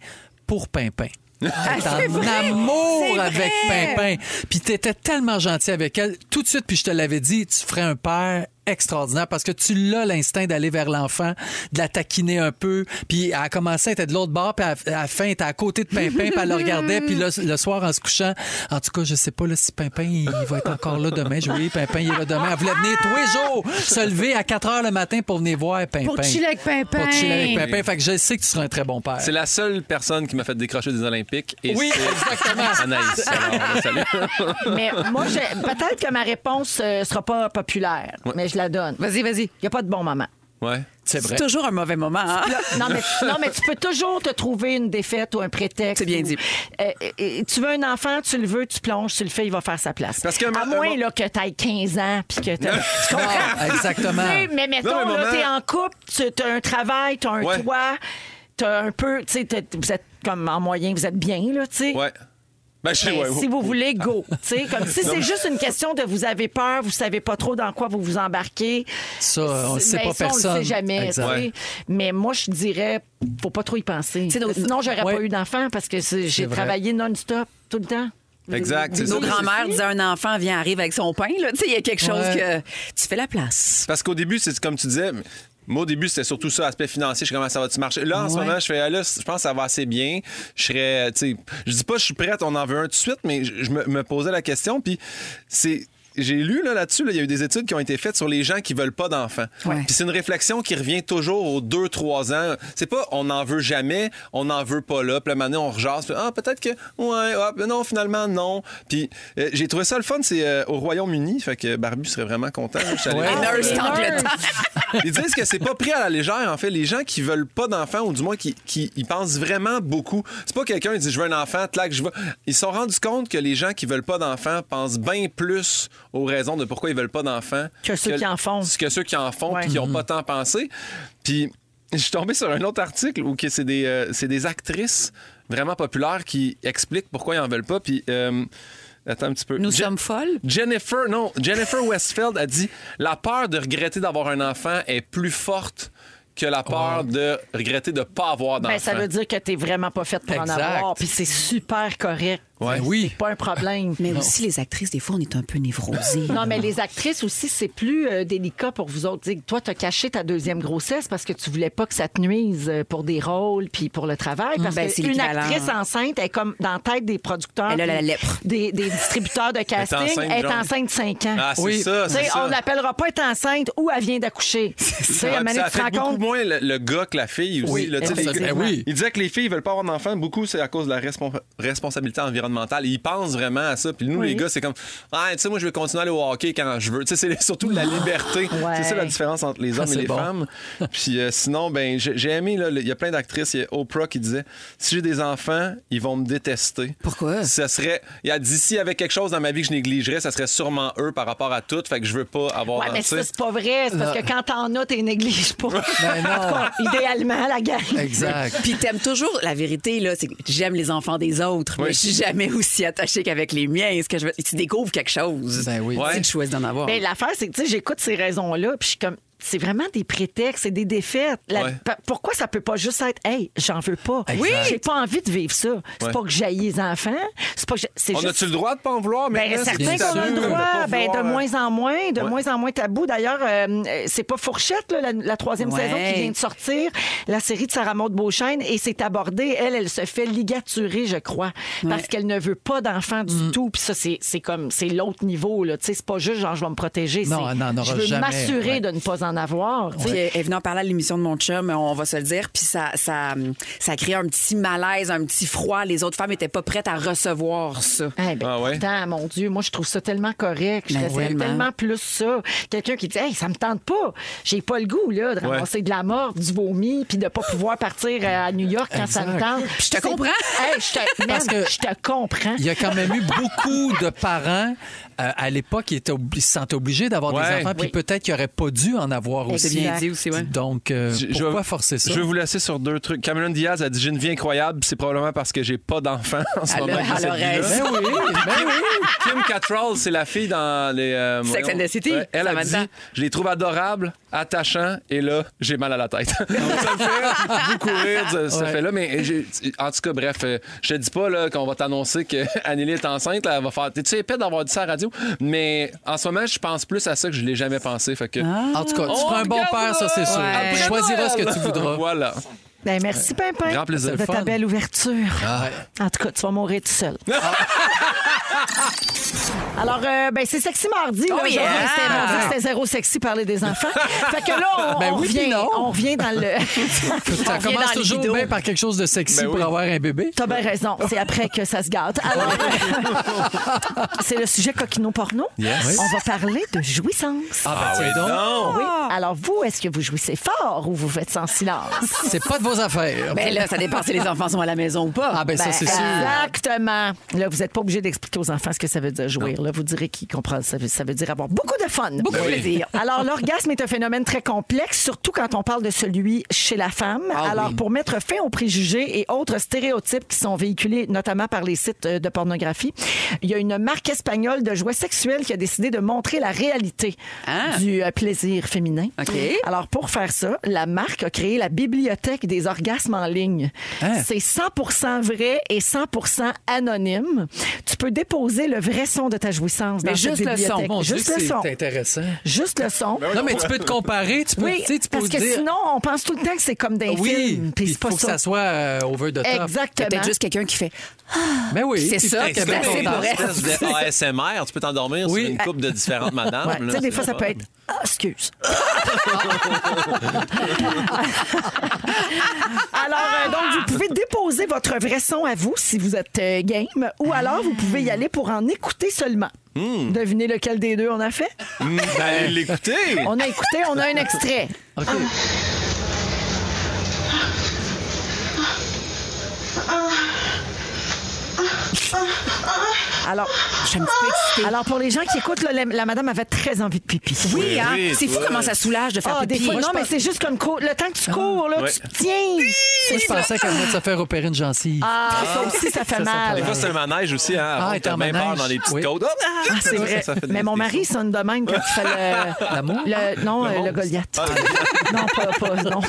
pour Pimpin. Elle est c'est en vrai! Ah, amour C'est avec vrai! Pimpin. Puis t'étais tellement gentil avec elle tout de suite, puis je te l'avais dit, tu ferais un père extraordinaire parce que tu l'as l'instinct d'aller vers l'enfant, de la taquiner un peu. Puis elle a commencé, elle était de l'autre bord, puis à à la fin, elle était à côté de Pimpin, puis elle le regardait, puis le, le soir, en se couchant, en tout cas, je sais pas là, si Pimpin, il va être encore là demain. Je oui, Pimpin, il est là demain. Elle voulait venir tous les jours, se lever à 4 heures le matin pour venir voir Pimpin. Pour chiller avec Pimpin. Pour chiller avec Pimpin. Fait que je sais que tu seras un très bon père. C'est la seule personne qui m'a fait décrocher des Olympiques. Et Oui, c'est exactement. Anaïs. Alors, salut. Mais (laughs) moi, j'ai- peut-être que ma réponse euh, sera pas populaire, mais je la donne. Vas-y, vas-y. Il n'y a pas de bon moment. Ouais. C'est C'est toujours un mauvais moment. hein? Non mais, non, mais tu peux toujours te trouver une défaite ou un prétexte. C'est bien dit. tu veux un enfant, tu le veux, tu plonges, tu le fais, il va faire sa place. Parce que à ma- moins ma- là, que tu ailles 15 ans puis que (laughs) t'as- tu comprends? Ah, exactement. Tu sais, mais mettons, Non, mais là, maman- t'es en couple, tu as un travail, t'as un Ouais. toit, t'as un peu, tu sais, t'as- vous êtes comme en moyen, vous êtes bien, là, tu sais. Ouais. Ben, je sais, Mais ouais, si ouais. vous voulez, go. Tu sais, comme si Non, c'est mais- juste une question de vous avez peur, vous savez pas trop dans quoi vous vous embarquez. Ça, Ah, on le sait Ben, pas ça, On le personne. sait jamais. Exact. tu sais. Ouais. Mais moi, je dirais, faut pas trop y penser. Sinon, j'aurais pas eu d'enfant parce que c'est- j'ai vrai. travaillé non-stop tout le temps. Exact, c'est Nos ça. grands-mères disaient un enfant vient arrive avec son pain. là. Tu sais, il y a quelque chose Ouais. que tu fais la place. Parce qu'au début, c'est comme tu disais. Moi, au début, c'était surtout ça, aspect financier. Je sais comment ça va-tu marcher. Là, en ce Ouais. moment, je fais, ah, là, je pense que ça va assez bien. Je serais, tu sais, je dis pas, je suis prête, on en veut un tout de suite, mais je, je me, me posais la question. Puis, c'est. J'ai lu là, là-dessus, là, il y a eu des études qui ont été faites sur les gens qui veulent pas d'enfants. Ouais. Puis c'est une réflexion qui revient toujours aux 2-3 ans. C'est pas on n'en veut jamais, on n'en veut pas là. Puis la année, on rejase. Puis, ah, peut-être que, ouais, ah, ben non, finalement, non. Puis euh, j'ai trouvé ça le fun, c'est euh, au Royaume-Uni. Fait que Barbu serait vraiment content. Je suis allé Les voir, nurses euh, tentent le temps. ils disent que c'est pas pris à la légère, en fait. Les gens qui veulent pas d'enfants, ou du moins qui, qui y pensent vraiment beaucoup. C'est pas quelqu'un qui dit je veux un enfant, clac, je veux. Ils se sont rendus compte que les gens qui veulent pas d'enfants pensent bien plus aux raisons de pourquoi ils veulent pas d'enfants Que ceux qui en font. Que ceux qui en font puis qui ont pas tant pensé. Puis je suis tombé sur un autre article où que c'est des, euh, c'est des actrices vraiment populaires qui expliquent pourquoi ils en veulent pas. Puis. euh, Attends un petit peu. Nous Je- sommes folles. Jennifer, non, Jennifer Westfeld a dit la peur de regretter d'avoir un enfant est plus forte que la peur de regretter de pas avoir d'enfant. Ben, ça veut dire que t'es vraiment pas faite pour en Exact. avoir. Puis c'est super correct. Ouais. Oui. Pas un problème. Mais aussi, les actrices, des fois, on est un peu névrosées. Non, mais les actrices aussi, c'est plus euh, délicat pour vous autres. Dis, toi, t'as caché ta deuxième grossesse parce que tu voulais pas que ça te nuise euh, pour des rôles puis pour le travail. Parce Ben, c'est qu'une l'équivalent. actrice enceinte est comme dans la tête des producteurs. Elle a la puis lèpre. Des, des distributeurs de casting. enceinte, Elle est genre. enceinte de 5 ans. Ah, c'est ça, c'est T'sais, ça. On l'appellera pas être enceinte ou elle vient d'accoucher. Tu sais, à un Ah, moment puis donné, ça tu te affecte rends beaucoup compte. moins le, le gars que la fille aussi. Oui, là, tu sais, les- effectivement. Eh oui. Il disait que les filles ne veulent pas avoir d'enfants. Beaucoup, c'est à cause de la respon- responsabilité environnementale. Ils pensent vraiment à ça. Puis nous, les gars, c'est comme Ah, tu sais, moi, je vais continuer à aller au hockey quand je veux. Tu sais, c'est surtout (laughs) la liberté. C'est ça la différence entre les Ah, hommes et c'est les bon. femmes. Puis euh, sinon, ben, j'ai j'ai aimé, là, le- il y a plein d'actrices. Il y a Oprah qui disait Si j'ai des enfants, ils vont me détester. Pourquoi? Ça serait. Il y a d'ici avec quelque chose dans ma vie que je négligerais, ça serait sûrement eux par rapport à tout. Fait que je veux pas avoir. Ouais, mais tu sais. ça, c'est pas vrai. C'est parce que quand t'en as, t'es néglige pas. non. Idéalement, la gang. Exact. Puis t'aimes toujours la vérité là, c'est que j'aime les enfants des autres, mais Oui. je suis jamais aussi attachée qu'avec les miens. Est-ce que je veux- tu découvres quelque chose Ben oui. Ouais. C'est tu choisis d'en avoir. Ben, l'affaire, c'est que tu sais, j'écoute ces raisons-là, puis je suis comme. C'est vraiment des prétextes, c'est des défaites. La- Ouais. pa- Pourquoi ça peut pas juste être, hey, j'en veux pas. Oui, j'ai pas envie de vivre ça. C'est Ouais. pas que j'aille les enfants. C'est pas que j'ai- c'est On juste- a-tu le droit de pas en vouloir? Ben, maintenant? certains Ah, C'est qu'on a tabou le de droit, pas ben, de vouloir, euh, moins en moins, de Ouais. moins en moins tabou. D'ailleurs, euh, euh, c'est pas Fourchette, là, la, la troisième Ouais. saison qui vient de sortir, la série de Sarah Maud Beauchesne, et c'est abordé. Elle, elle se fait ligaturer, je crois, parce qu'elle ne veut pas d'enfant du tout. Puis ça, c'est c'est comme, c'est l'autre niveau, là. Tu sais, c'est pas juste genre, je vais me protéger. Non, c'est- elle n'en aura Je veux jamais, m'assurer ouais. de ne pas en avoir. tu sais. Puis elle- elle venait en parler à l'émission de mon chum, on va se le dire, puis ça, ça, ça crée un petit malaise, un petit froid. Les autres femmes étaient pas prêtes à recevoir ça. Eh ben, Ah ouais? pourtant, mon Dieu, moi, je trouve ça tellement correct. Je Ben, trouve tellement. tellement plus ça. Quelqu'un qui dit, hey, ça me tente pas. J'ai pas le goût, là, de Ouais. ramasser de la mort, du vomi, puis de pas pouvoir partir euh, à New York quand ça me Exact. tente. je te comprends. Hey, je te, Parce man, que- je te comprends. Il y a quand même eu beaucoup de parents euh, à l'époque qui étaient obli- se sentaient obligés d'avoir Ouais. des enfants, puis Oui. peut-être qu'ils n'auraient pas dû en avoir C'est aussi. bien dit aussi, ouais. Donc, euh, Je- je pourquoi vais- forcer ça? Je vais vous laisser sur deux trucs. Cameron Diaz a dit J'ai une vie incroyable, c'est probablement parce que j'ai pas d'enfant en ce Elle moment. a- que j'ai elle cette a vie-là. raison. Ben oui, Ah ben oui. Kim Cattrall, c'est la fille dans les. euh, Sex voyons. and the City, Ouais, elle ça a va dit dedans. Je les trouve adorables, attachants, et là, j'ai mal à la tête. (laughs) Donc, ça me fait beaucoup rire, ce ce Ouais. fait-là. Mais j'ai- en tout cas, bref, euh, je te dis pas là, qu'on va t'annoncer (laughs) qu'Annelie est enceinte. là, elle va faire T'es-tu épais d'avoir dit ça à la radio Mais en ce moment, je pense plus à ça que je l'ai jamais pensé. Fait que. Ah, En tout cas, Oh tu On feras un bon regardera père, ça, c'est sûr. après Tu choisiras ce que tu (laughs) voudras. Voilà. Ben, merci, Pimpin, Grand plaisir. de ta Fun. Ah belle ouverture. En tout cas, tu vas mourir tout seul. (laughs) Alors, euh, ben, c'est Sexy Mardi. là, Oh yeah! Aujourd'hui, c'était- on dit que C'était zéro sexy parler des (laughs) enfants. fait que là, on, Ah. Ben on oui, puis revient, non. on revient dans (laughs) le... Ça commence toujours bien par quelque chose de sexy Ben oui. pour avoir un bébé. T'as bien raison. C'est après que ça se gâte. Alors, euh, (laughs) c'est le sujet coquino-porno. Yes. On va parler de jouissance. Ah, ben, tiens donc. Non! Oui. Alors, vous, est-ce que vous jouissez fort ou vous faites sans silence? C'est pas de vos affaires. Ben là, ça dépend (laughs) si les enfants sont à la maison ou pas. ah, ben, ça, Ben, c'est sûr. Exactement. Là, vous n'êtes pas obligé d'expliquer aux enfants ce que ça veut dire jouir. Là, vous direz qu'ils comprennent. Ça veut, ça veut dire avoir beaucoup de fun. Beaucoup Ben de oui. plaisir. Alors, l'orgasme est un phénomène très complexe, surtout quand on parle de celui chez la femme. Ah Alors, pour mettre fin aux préjugés et autres stéréotypes qui sont véhiculés, notamment par les sites euh, de pornographie, il y a une marque espagnole de jouets sexuels qui a décidé de montrer la réalité Ah. du euh, plaisir féminin. OK. Alors, pour faire ça, la marque a créé la bibliothèque des orgasmes en ligne. Ah. Hein? C'est 100 vrai et 100 anonyme. Tu peux déposer le vrai son de ta jouissance Mais dans juste cette le son. bibliothèque. Mon Dieu, juste le son. c'est intéressant. Juste le son. Non, mais tu peux te comparer, tu peux, Oui, tu sais, tu peux parce que dire... sinon, on pense tout le temps que c'est comme des oui, films. puis Puis il c'est pas faut que ça soit euh, over the top. Il y a Exactement. peut-être juste quelqu'un qui fait Ben oui. C'est ça, Ah, Puis t'es que bien c'est content. pour elle. espèce (laughs) de ASMR, tu peux t'endormir Oui. sur une coupe de différentes madames. Ouais, tu là, sais, des c'est fois, ça pas- peut être. Ah, (laughs) excuse. alors, euh, donc, vous pouvez déposer votre vrai son à vous si vous êtes euh, game, ou alors vous pouvez y aller pour en écouter seulement. Hmm. Devinez lequel des deux on a fait? Mm, ben, allez l'écouter! On a écouté, on a un extrait. OK. Alors, Alors, pour les gens qui écoutent, là, la, la madame avait très envie de pipi. Oui, Oui, hein? oui, C'est fou toi. comment ça soulage de faire Ah, des pipi. fois, Moi, non, je mais pense- c'est juste comme cour- le temps que tu cours, là, Ouais. tu te tiens. Moi, je pensais qu'elle venait de se faire opérer une gencive. Ah, ça aussi, ça fait mal. Des fois, c'est un manège aussi. Hein? Ah, Avant, elle est t'as en bien peur manège. dans les petites Oui. côtes. Ah, c'est Ça, vrai. ça fait des- mais mon mari sonne de même quand il fait le. L'amour? le- non, euh, le, Ah. Goliath. (laughs) non, pas, pas- non.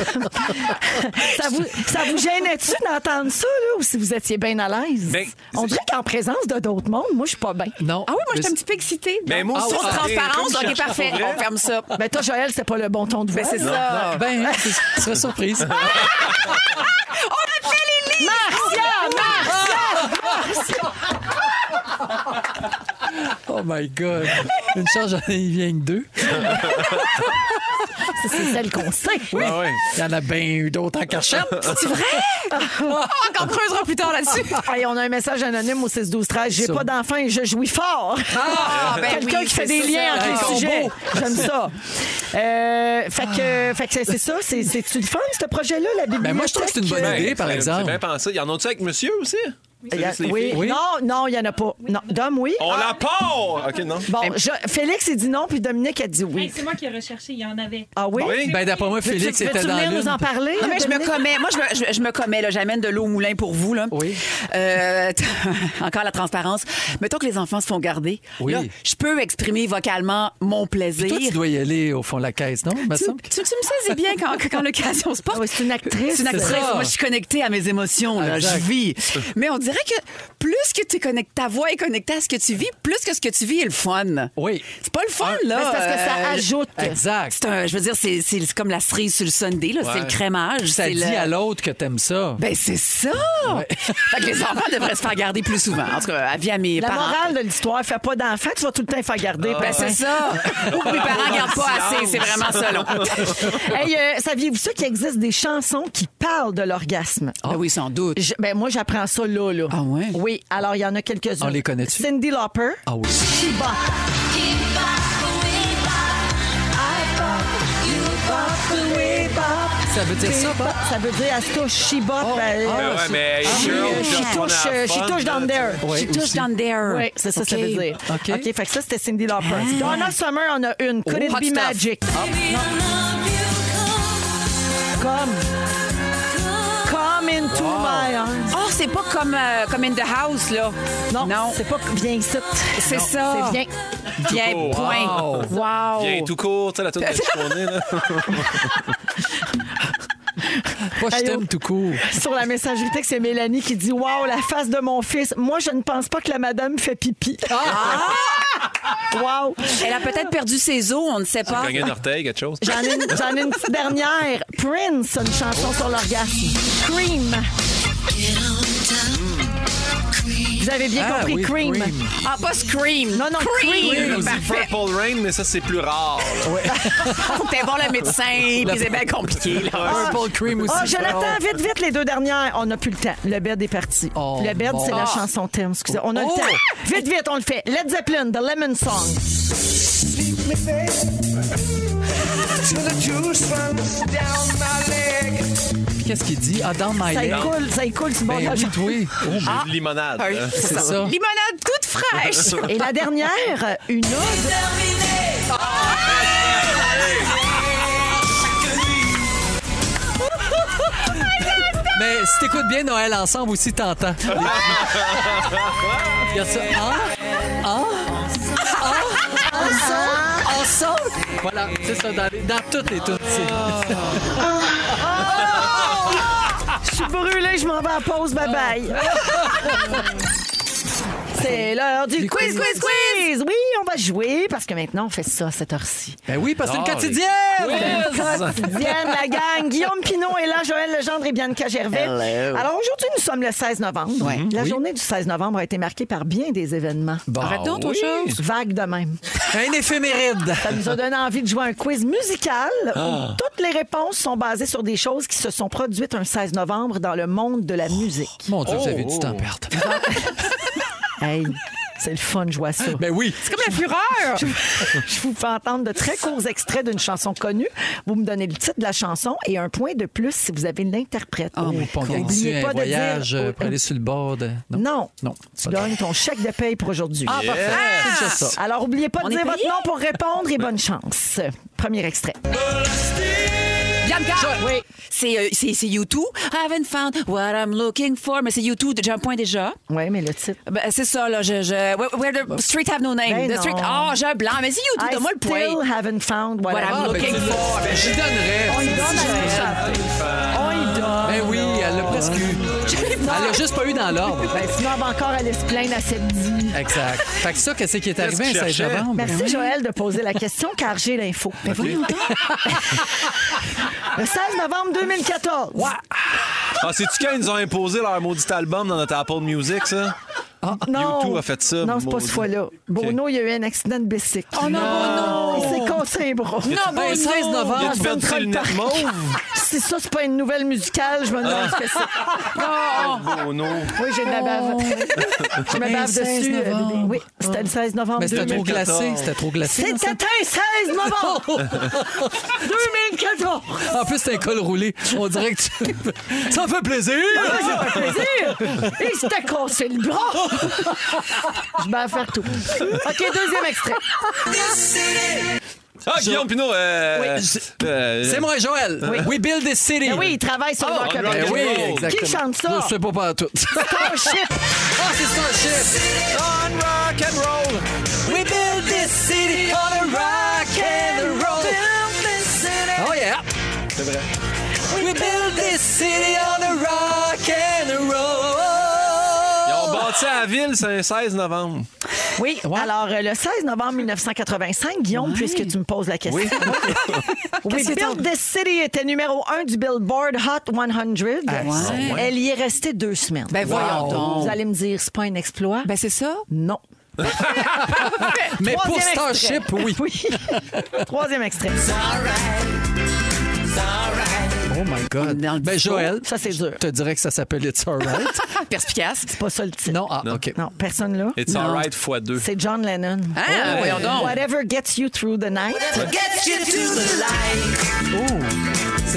ça vous, ça vous gênait-tu d'entendre ça, là, ou si vous étiez bien à l'aise? Ben, On dirait qu'en présence de d'autres mondes, moi, je suis pas bien. Non. Ah oui, moi, j'étais un petit peu excitée. Ah, Mais moi aussi, Source on est transparence, comme ok, chercheurs parfait. pour vrai. On ferme ça. Mais Ben, toi, Joël, c'est pas le bon ton de voix. Ben, c'est là. ça. Ben, tu tu (laughs) serais surprise. On a fait les livres! Oh my God. Une charge, j'en ai vient que deux. C'est- C'est celle qu'on sait. Ah ouais. Il y en a bien eu d'autres (laughs) en cachette. C'est vrai? Oh, On encore creusera plus tard là-dessus. (laughs) Hey, on a un message anonyme au 6 12 13 J'ai Ça. pas d'enfant et je jouis fort. Ah, (laughs) ben Quelqu'un oui, qui fait c'est des ça, liens c'est entre un les sujets. J'aime (laughs) ça. Euh, fait que, fait que c'est- c'est ça. C'est- C'est-tu le fun, ce projet-là, la bibliothèque? Ah. Ben, moi, je trouve que c'est une bonne Ben, idée, par c'est- exemple. C'est bien pensé. Y en a-tu avec monsieur aussi? Oui. Il y a- oui. Oui. Non, non, il n'y en a pas. Non, Dom, oui. On Ah, la part! OK, non. Bon, je- Félix, il dit non, puis Dominique, a dit oui. c'est moi qui ai recherché, il y en avait. Ah oui? Oui. Ben, d'après moi, Veux-tu- Félix était veux-tu dans venir nous l'une. en parler? Non, Ah, mais je me Dominique? commets. Moi, je me, je, je me commets. là. J'amène de l'eau au moulin pour vous. Là. Oui. Euh, (laughs) encore la transparence. Mettons que les enfants se font garder. Oui. Là, je peux exprimer vocalement mon plaisir. Toi, tu dois y aller au fond de la caisse, non? me Tu, semble? tu- tu me saisis bien quand, quand l'occasion se porte. Ah oui, c'est une actrice. C'est une actrice. C'est ça. Moi, je suis connectée à mes émotions. là. Exact. Je vis. Mais on dirait que plus que tu connectes, ta voix est connectée à ce que tu vis, plus que ce que tu vis est le fun. Oui. Ah. C'est pas le fun, là. Mais c'est parce que ça Euh, ajoute. Exact. C'est un, je veux dire, c'est, c'est comme la cerise sur le Sunday, là. C'est le crémage. Ça c'est dit le- à l'autre que t'aimes ça. Ben, c'est ça! (laughs) Fait que les enfants devraient se faire garder plus souvent. En tout cas, avis à mes La parents. morale de l'histoire, fais pas d'enfant, tu vas tout le temps faire garder. Ben, papa. c'est ça! Ou que mes parents gardent pas assez, c'est vraiment ça, (laughs) là. Hey, euh, saviez-vous ça qu'il existe des chansons qui parlent de l'orgasme? Ah oui, sans doute. Je- ben moi, j'apprends ça là, là. Ah ouais? Oui, alors il y en a quelques-uns. On les connaît-tu? Cindy Lauper. Ah oui. Shiba. Ça veut dire ça, pas? Ça veut dire, elle se touche, she bop. elle- Ben ouais, mais She- girl, she just wanna touche, have euh, she fun, touche down there. Ouais, She touched aussi. down there. Oui, c'est ça, ça OK. veut dire. OK. OK, fait que ça, c'était Cindy Lauper. Donna Summer en a une. Could Oh, it hot be stuff. magic? Comme. Come into my arms. Oh, c'est pas comme, euh, comme in the house, là. Non, c'est pas bien ici. (laughs) C'est ça. C'est bien. Bien, Wow. Ah, point. Wow. Viens Ah. tout court, tu sais, la toute de (laughs) Chiconé, là. Moi, je Allô? t'aime tout court. Sur la messagerie texte, c'est Mélanie qui dit Waouh, la face de mon fils. Moi, je ne pense pas que la madame fait pipi. Waouh! Ah! Elle a peut-être perdu ses os, on ne sait pas. Gagner un orteil, quelque chose. Ah. J'en ai, une- j'en ai une petite dernière. Prince, une chanson sur l'orgasme. Cream. Vous avez bien Ah compris, oui, cream. Cream. Ah, pas Scream. Non, non, cream. (laughs) Il nous dit Purple Rain, mais ça, c'est plus rare. Faut que t'ailles voir le médecin, puis c'est bien compliqué, là. Purple Cream aussi. Oh, Jonathan, vite, vite, les deux dernières. On n'a plus le temps. Le bed est parti. Oh, le bed, bon. c'est la Ah. chanson thème. Excusez, on a Oh. le temps. Vite, vite, on le fait. Led Zeppelin, The Lemon Song. Qu'est-ce qu'il dit? Ah, dans my Ça leg. écoule, ça écoule sur le bord de Ben la oui, jambe. oui. Oh, mais ah. Une limonade. hein. c'est (laughs) ça. Limonade toute fraîche. Et la dernière, une ode. Mais si t'écoutes bien Noël ensemble aussi, (laughs) t'entends. Regarde ça. Ah, ah, ah, ensemble, ensemble. Voilà, c'est ça, dans, les- dans toutes les toutes. c'est- Je suis brûlée, je m'en vais en pause. Bye bye. C'est l'heure du quiz, quiz, quiz. Oui, on va jouer parce que maintenant, on fait ça à cette heure-ci. Ben oui, parce que c'est une Ah, quotidienne. Quotidienne, la gang. Guillaume Pinot est là, Joël Legendre et Bianca Gervais. Alors aujourd'hui, nous sommes le 16 novembre. La Oui. journée du 16 novembre a été marquée par bien des événements. Bon, Arrêtons, toi, oui. chose. Vague de même. Un éphéméride. Ça nous a donné envie de jouer à un quiz musical Ah. où toutes les réponses sont basées sur des choses qui se sont produites un 16 novembre dans le monde de la musique. Oh, Mon Dieu, vous avez Oh, du oh. temps à perdre. Hey, C'est le fun de jouer à ça. (laughs) Ben oui. C'est comme la fureur. Je, vous- je vous fais entendre de très courts extraits d'une chanson connue. Vous me donnez le titre de la chanson et un point de plus si vous avez l'interprète. Oh, pour Oubliez gagner pas un de voyage dire- euh, pour aller sur le bord. de- Non. Non. Non. Tu gagnes ton chèque de paye pour aujourd'hui. Ah, parfait. Yes. C'est juste ça. Alors, oubliez pas On de est dire payé? votre nom pour répondre et bonne chance. Premier extrait. Bianca! Oui. C'est euh, c'est- c'est U2. I haven't found what I'm looking for. Mais c'est U2, j'ai un point déjà. Oui, mais le titre. Ben, c'est ça, là. Je, je- where, where the street have no name. Ben the non. street. Ah, j'ai un blanc. Mais c'est U2, I donne-moi le point. still haven't found what, What I'm I'm looking looking for. for. Ah, Ben, j'y donnerais. On y donne à Noël. On y donne. Ben oui, elle l'a presque eu. J'avais (laughs) Elle peur. Ben, l'a juste pas eu dans l'ordre. Ben, sinon, elle va encore aller se plaindre à cette vie. Exact. Fait que ça, qu'est-ce qui est arrivé Qu'est-ce qu'il le 16 cherchait? novembre? Merci, Joël, de poser la question, car j'ai l'info. Ben (laughs) Le 16 novembre 2014. Ah, c'est-tu quand ils nous ont imposé leur maudit album dans notre Apple Music, ça? Non. U2 a fait ça, Non, c'est pas maudit. cette fois-là. Bono, il y a eu un accident de bicycle. Oh non, Il s'est cassé les bras. Non, ben, 16 novembre. Il C'est a-tu une perdu ses traque lunettes par- mauves? C'est ça, c'est pas une nouvelle musicale. Je me demande ce que c'est. Oh non. Oui, j'ai de la bave. Je me Ben, bave 16 dessus. euh, bébé. novembre. Oui, c'était le 16 novembre Mais c'était trop 2014. glacé. C'était trop glacé. hein, C'était dans un 16 novembre (laughs) 2014. ça. En plus, c'est un col roulé. On dirait (laughs) que tu... Ça fait plaisir! Ah, ça fait plaisir. Il s'était cassé le bras. Je vais en faire tout. OK, deuxième extrait. Ah, Guillaume Pinot, euh, Oui, euh, C'est moi, Joël. Oui. We build this city. Ben oui, il travaille sur le Ah, Rocket on Ben rock Roll. oui, Roll. exactement. Qui chante ça? Oh, Je sais pas pas tout. Starship. Ah, c'est Starship. On rock and roll. We build this city on a rock and roll. Oh yeah. C'est vrai. We build this city on a rock and roll. Ils ont bâti à la ville, c'est un 16 novembre. Oui, alors euh, le 16 novembre 1985, Guillaume, puisque tu me poses la question. (laughs) Oui, Build This City était numéro un du Billboard Hot 100. ouais. Elle y est restée deux semaines. Ben, voyons Wow. donc. Vous allez me dire, c'est pas un exploit? Ben, c'est ça. non. Mais pour Troisième Starship, extrait. oui. (laughs) Troisième extrait. Oh my God. Dans le Ben Joël, Ça, c'est dur. je te dirais que ça s'appelle It's (laughs) Alright. Perspicace. Pas ça le titre. Non, ah, OK. Non, personne là. It's alright fois deux. C'est John Lennon. Ah, Euh, voyons donc. Whatever gets you through the night. C'est pas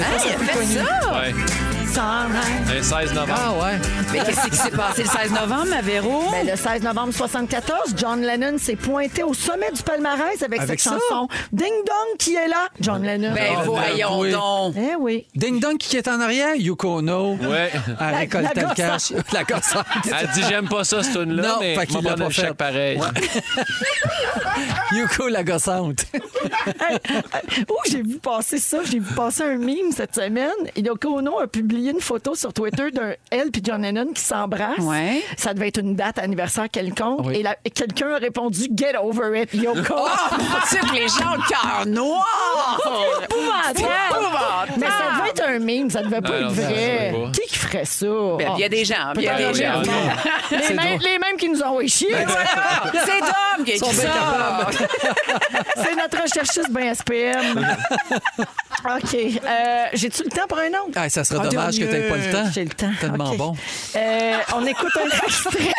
Ah, il a plus fait connu. ça. Ouais, It's alright. un 16 novembre. Ah ouais. Mais qu'est-ce qui s'est passé le 16 novembre, ma Véro? Ben, le 16 novembre 74, John Lennon s'est pointé au sommet du palmarès avec, Avec cette ça? chanson. Ding dong qui est là, John Lennon. Ben, Ah, voyons ben, oui. donc. Eh oui. Ding Dong qui est en arrière, Yuko Ono. Ouais. Elle récolte la le cash. (laughs) La gosse. Elle dit j'aime pas ça, cette tune là Non, mais fait qu'il maman l'a pas donne le fait. chèque pareil. Yuko la gossante. Hey, hey, oh, j'ai vu passer ça. J'ai vu passer un meme cette semaine. Yoko Ono a publié une photo sur Twitter d'un elle puis John Lennon qui s'embrassent. Ouais. Ça devait être une date anniversaire quelconque. Oui. Et, la- et quelqu'un a répondu Get over it, Yoko. Oh, mon Dieu, que les gens ont le cœur noir! Épouvantable. Mais Ah! ça devait être un mime, ça devait pas Ah, être non, ça, vrai. je sais pas. Qui qui ferait ça? Ah, Ben, Il y a des gens, il y a des gens. les, mêmes, les mêmes qui nous ont échoué. C'est Dom qui a Ils sont écrit bien ça. capables. C'est notre recherchiste bien SPM. OK. Euh, J'ai-tu le temps pour un autre? Ah, ça serait dommage que t'aies pas le temps. J'ai le temps. Tellement OK. bon. Euh, on écoute un extrait.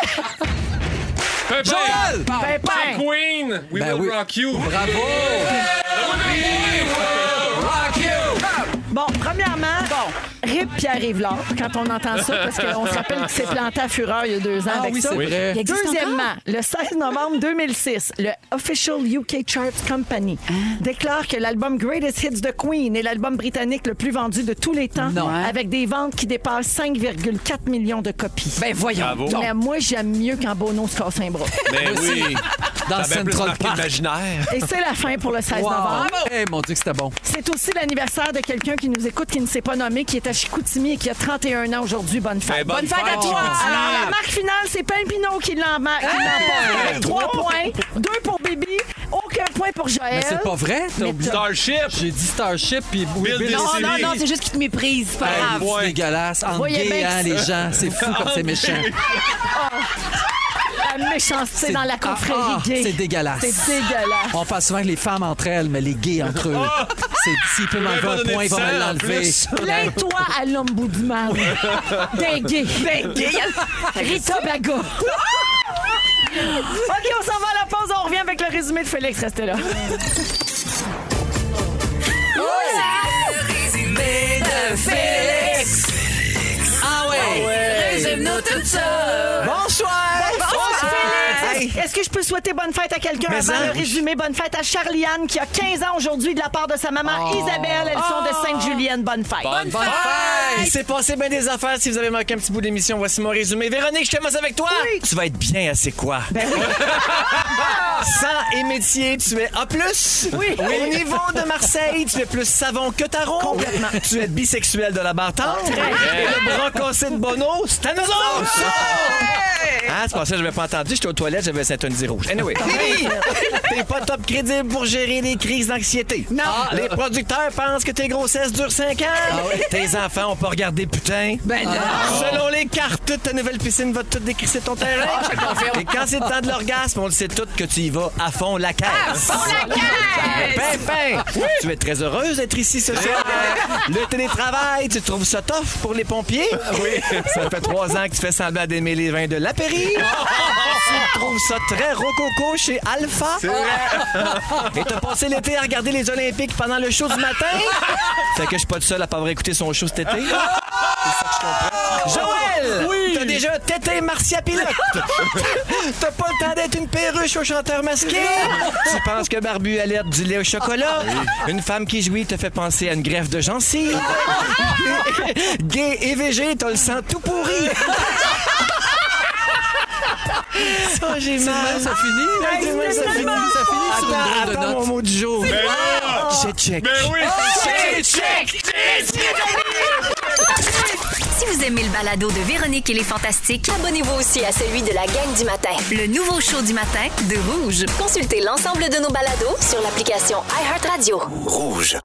Joël! Ben, ben. Queen! We Ben will oui. rock you! Bravo! Bon, premièrement, bon. Rip Pierre Rivlard, quand on entend ça, parce qu'on se rappelle qu'il s'est planté à Fureur il y a deux ans Ah avec oui, ça. c'est vrai. Il existe Deuxièmement, le 16 novembre 2006, le Official UK Charts Company Ah. déclare que l'album Greatest Hits de Queen est l'album britannique le plus vendu de tous les temps, Non. avec des ventes qui dépassent 5,4 millions de copies. Ben voyons. Bravo! Mais moi, j'aime mieux quand Bono se casse un bras. Mais oui! Dans T'as bien plus Central marqué Park. l'imaginaire. Et c'est la fin pour le 16 Wow. novembre. Eh, mon Dieu, que c'était bon. C'est aussi l'anniversaire de quelqu'un qui nous écoute, qui ne s'est pas nommé, qui est à Chicoutimi et qui a 31 ans aujourd'hui. Bonne fête. Ben, bonne Bonne fête à fête, toi. Chicoutimi. Alors, la marque finale, c'est Pimpinot qui l'emma- qui l'emporte. avec Trois points, deux pour Bibi, aucun point pour Joël. Mais c'est pas vrai. t'as oublié- Starship! J'ai dit Starship puis We Build Build this This Non, C'est non, lui. non, c'est juste qu'ils te méprisent. C'est pas Hey, grave. C'est dégueulasse. En Voyez gay, bien hein, que les gens. (laughs) C'est fou Ah, comme c'est méchant. La méchanceté dans la confrérie Ah, ah, gay. c'est dégueulasse. C'est dégueulasse. On pense souvent que les femmes entre elles, mais les gays entre eux. Ah! C'est s'il peut Il m'enlever m'a un donné point, il va du me sang, en l'enlever. (laughs) plus. Plains-toi à l'ombudsman. Dingué. Dingué. Rita Baga. OK, on s'en va à la pause. On revient avec le résumé de Félix. Restez là. Le résumé de Félix. Ah ouais. Résume-nous tout ça. Bonsoir. Bonsoir. Félix. Est-ce- Est-ce que je peux souhaiter bonne fête à quelqu'un Mais avant ça, le résumé? Bonne fête à Charliane qui a 15 ans aujourd'hui de la part de sa maman Oh. Isabelle. Elles sont de Sainte-Julienne. Bonne fête. Bonne fête! Il s'est passé bien des affaires. Si vous avez manqué un petit bout de l'émission, voici mon résumé. Véronique, je commence avec toi. Tu vas être bien à C'est quoi? Sang et métier, tu es A+. Oui. Au niveau de Marseille, tu es plus savon que tarot. Complètement. Ah, Tu es bisexuel de la bâtarde. Très bien. Et le brocassé de Bono, c'est à nous autres! Ah, c'est pour ça que je n'avais pas entendu. J'étais aux toilettes, j'avais syntonisé rouge. Anyway. Lily! (laughs) T'es pas top crédible pour gérer les crises d'anxiété. Ah, Non. Ah Les producteurs pensent que tes grossesses durent 5 ans. Tes enfants ont pas regardé putain. Ben non. Ah. Selon les cartes, toute ta nouvelle piscine va tout décrisser ton terrain. Je te confirme. Et quand c'est le temps de l'orgasme, on le sait tout que tu y vas à fond la caisse. À fond la caisse! Pimpin! Tu es très heureuse d'être ici ce soir. Le télétravail, tu trouves ça tough pour les pompiers? Oui. Ça fait trois ans que tu fais semblant d'aimer les vins de l'apéritif. tu trouves ça très rococo chez Alpha. C'est vrai. Et t'as passé l'été à regarder les Olympiques pendant le show du matin. Fait que je suis pas le seul à pas avoir écouté son show cet été. Joël! T'as déjà un tété martiapilote! T'as pas le temps d'être une perruche au chanteur masqué! tu penses que Barbu alerte du lait au chocolat? Une femme qui jouit te fait penser à une greffe de gencive! Gay et végé, t'as le sang tout pourri! Oh, j'ai C'est de mal. même, ça finit, là. Ouais, C'est de même, ça c'est finit. tellement Ça finit sur une Attends, drôle de attends note. mon mot du jour. C'est Mais non! Ah! J'ai check. Ben oui, J'ai c'est check. Si vous aimez le balado de Véronique et les Fantastiques, abonnez-vous aussi à celui de la gang du matin. Le nouveau show du matin de Rouge. Consultez l'ensemble de nos balados sur l'application iHeartRadio. Rouge.